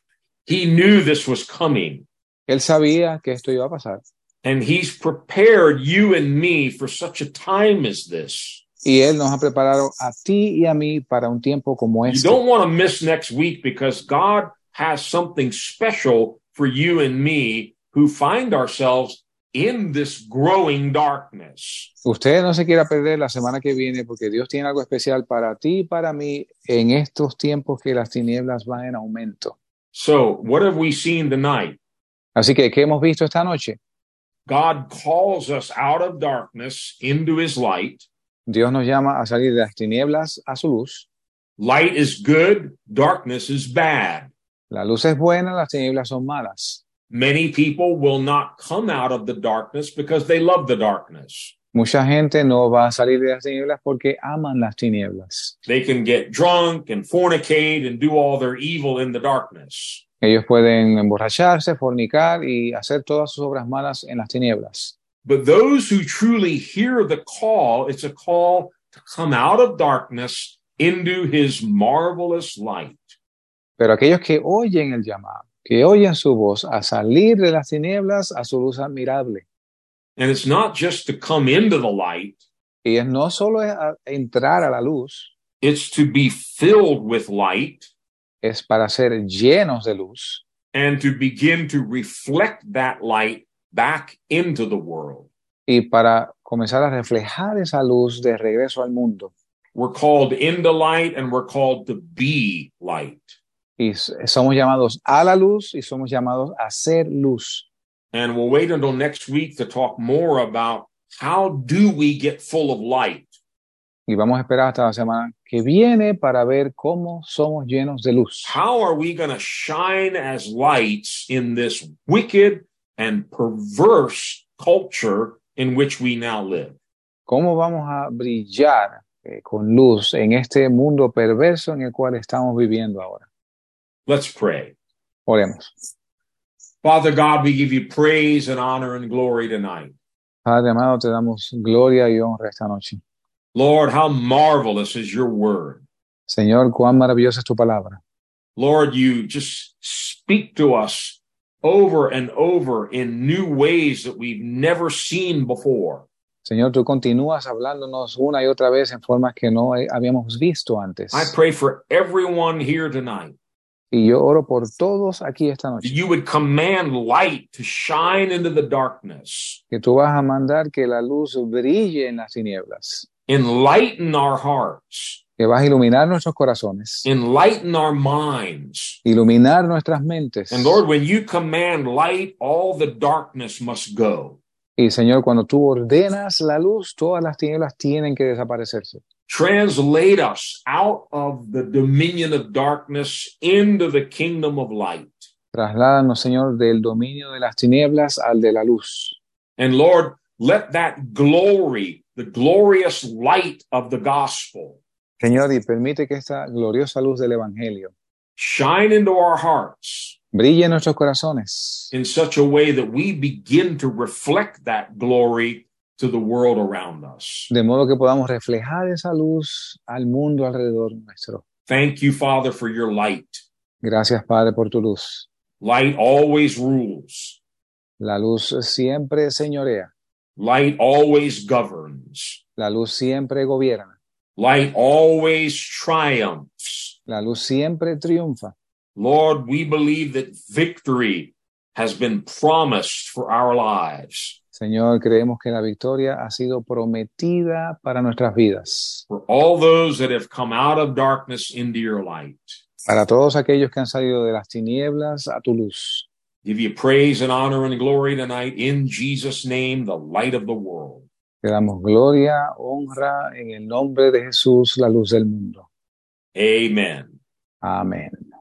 He knew this was coming
Él sabía que esto iba a pasar.
and he's prepared you and me for such a time as this.
Y Él nos ha preparado a ti y a mí para un tiempo como
You
este.
don't want to miss next week because God has something special for you and me who find ourselves in this growing darkness.
Usted no se quiera perder la semana que viene porque Dios tiene algo especial para ti y para mí en estos tiempos que las tinieblas van en aumento.
So, what have we seen tonight?
Así que, ¿qué hemos visto esta noche?
God calls us out of darkness into his light.
Dios nos llama a salir de las tinieblas a su luz.
Light is good, darkness is bad.
La luz es buena, las tinieblas son malas.
Many people will not come out of the darkness because they love the darkness.
Mucha gente no va a salir de las tinieblas porque aman las tinieblas.
They can get drunk and fornicate and do all their evil in the darkness.
Ellos pueden emborracharse, fornicar y hacer todas sus obras malas en las tinieblas.
But those who truly hear the call, it's a call to come out of darkness into his marvelous light.
Pero aquellos que oyen el llamado, que oyen su voz a salir de las tinieblas a su luz admirable.
And it's not just to come into the light,
Y es no solo es a- entrar a la luz,
it's to be filled with light
es para ser llenos de luz
and to begin to reflect that light back into the world.
y para comenzar a reflejar esa luz de regreso al mundo.
We're called into light and we're called to be light.
Y s- somos llamados a la luz y somos llamados a ser luz.
And we'll wait until next week to talk more about how do we get full of light?
Y vamos a esperar hasta la semana que viene para ver cómo somos llenos de luz.
How are we going to shine as lights in this wicked and perverse culture in which we now live?
¿Cómo vamos a brillar eh, con luz en este mundo perverso en el cual estamos viviendo ahora?
Let's pray.
Oremos.
Father God, we give you praise and honor and glory tonight.
Padre amado, te damos gloria y honra esta noche.
Lord, how marvelous is your word.
Señor, cuán maravillosa es tu palabra.
Lord, you just speak to us over and over in new ways that we've never seen before.
Señor, tú continúas hablándonos una y otra vez en formas que no eh, habíamos visto antes.
I pray for everyone here tonight
Y yo oro por todos aquí esta
that
noche.
you would command light to shine into the darkness,
Que tú vas a mandar que la luz brille en las tinieblas.
enlighten our hearts,
Que vas a iluminar nuestros corazones.
enlighten our minds.
Iluminar nuestras mentes.
And Lord, when you command light, all the darkness must go.
Y Señor, cuando tú ordenas la luz, todas las tinieblas tienen que desaparecerse.
Translate us out of the dominion of darkness into the kingdom of light.
Trasládanos, Señor, del dominio de las tinieblas al de la luz.
And Lord, let that glory, the glorious light of the gospel,
Señor, y permite que esta gloriosa luz del Evangelio
shine into our hearts
brille en nuestros corazones
in such a way that we begin to reflect that glory to the world around us.
de modo que podamos reflejar esa luz al mundo alrededor nuestro.
Thank you, Father, for your light.
Gracias, Padre, por tu luz.
Light always rules.
La luz siempre señorea,
Light always governs.
la luz siempre gobierna,
Light always triumphs.
la luz siempre triunfa.
Lord, we believe that victory has been promised for our lives.
Señor, creemos que la victoria ha sido prometida para nuestras vidas,
for all those that have come out of darkness into your light.
para todos aquellos que han salido de las tinieblas a tu luz.
Give you praise and honor and glory tonight in Jesus' name, the light of the world.
Te damos gloria, honra en el nombre de Jesús, la luz del mundo.
Amen.
Amén.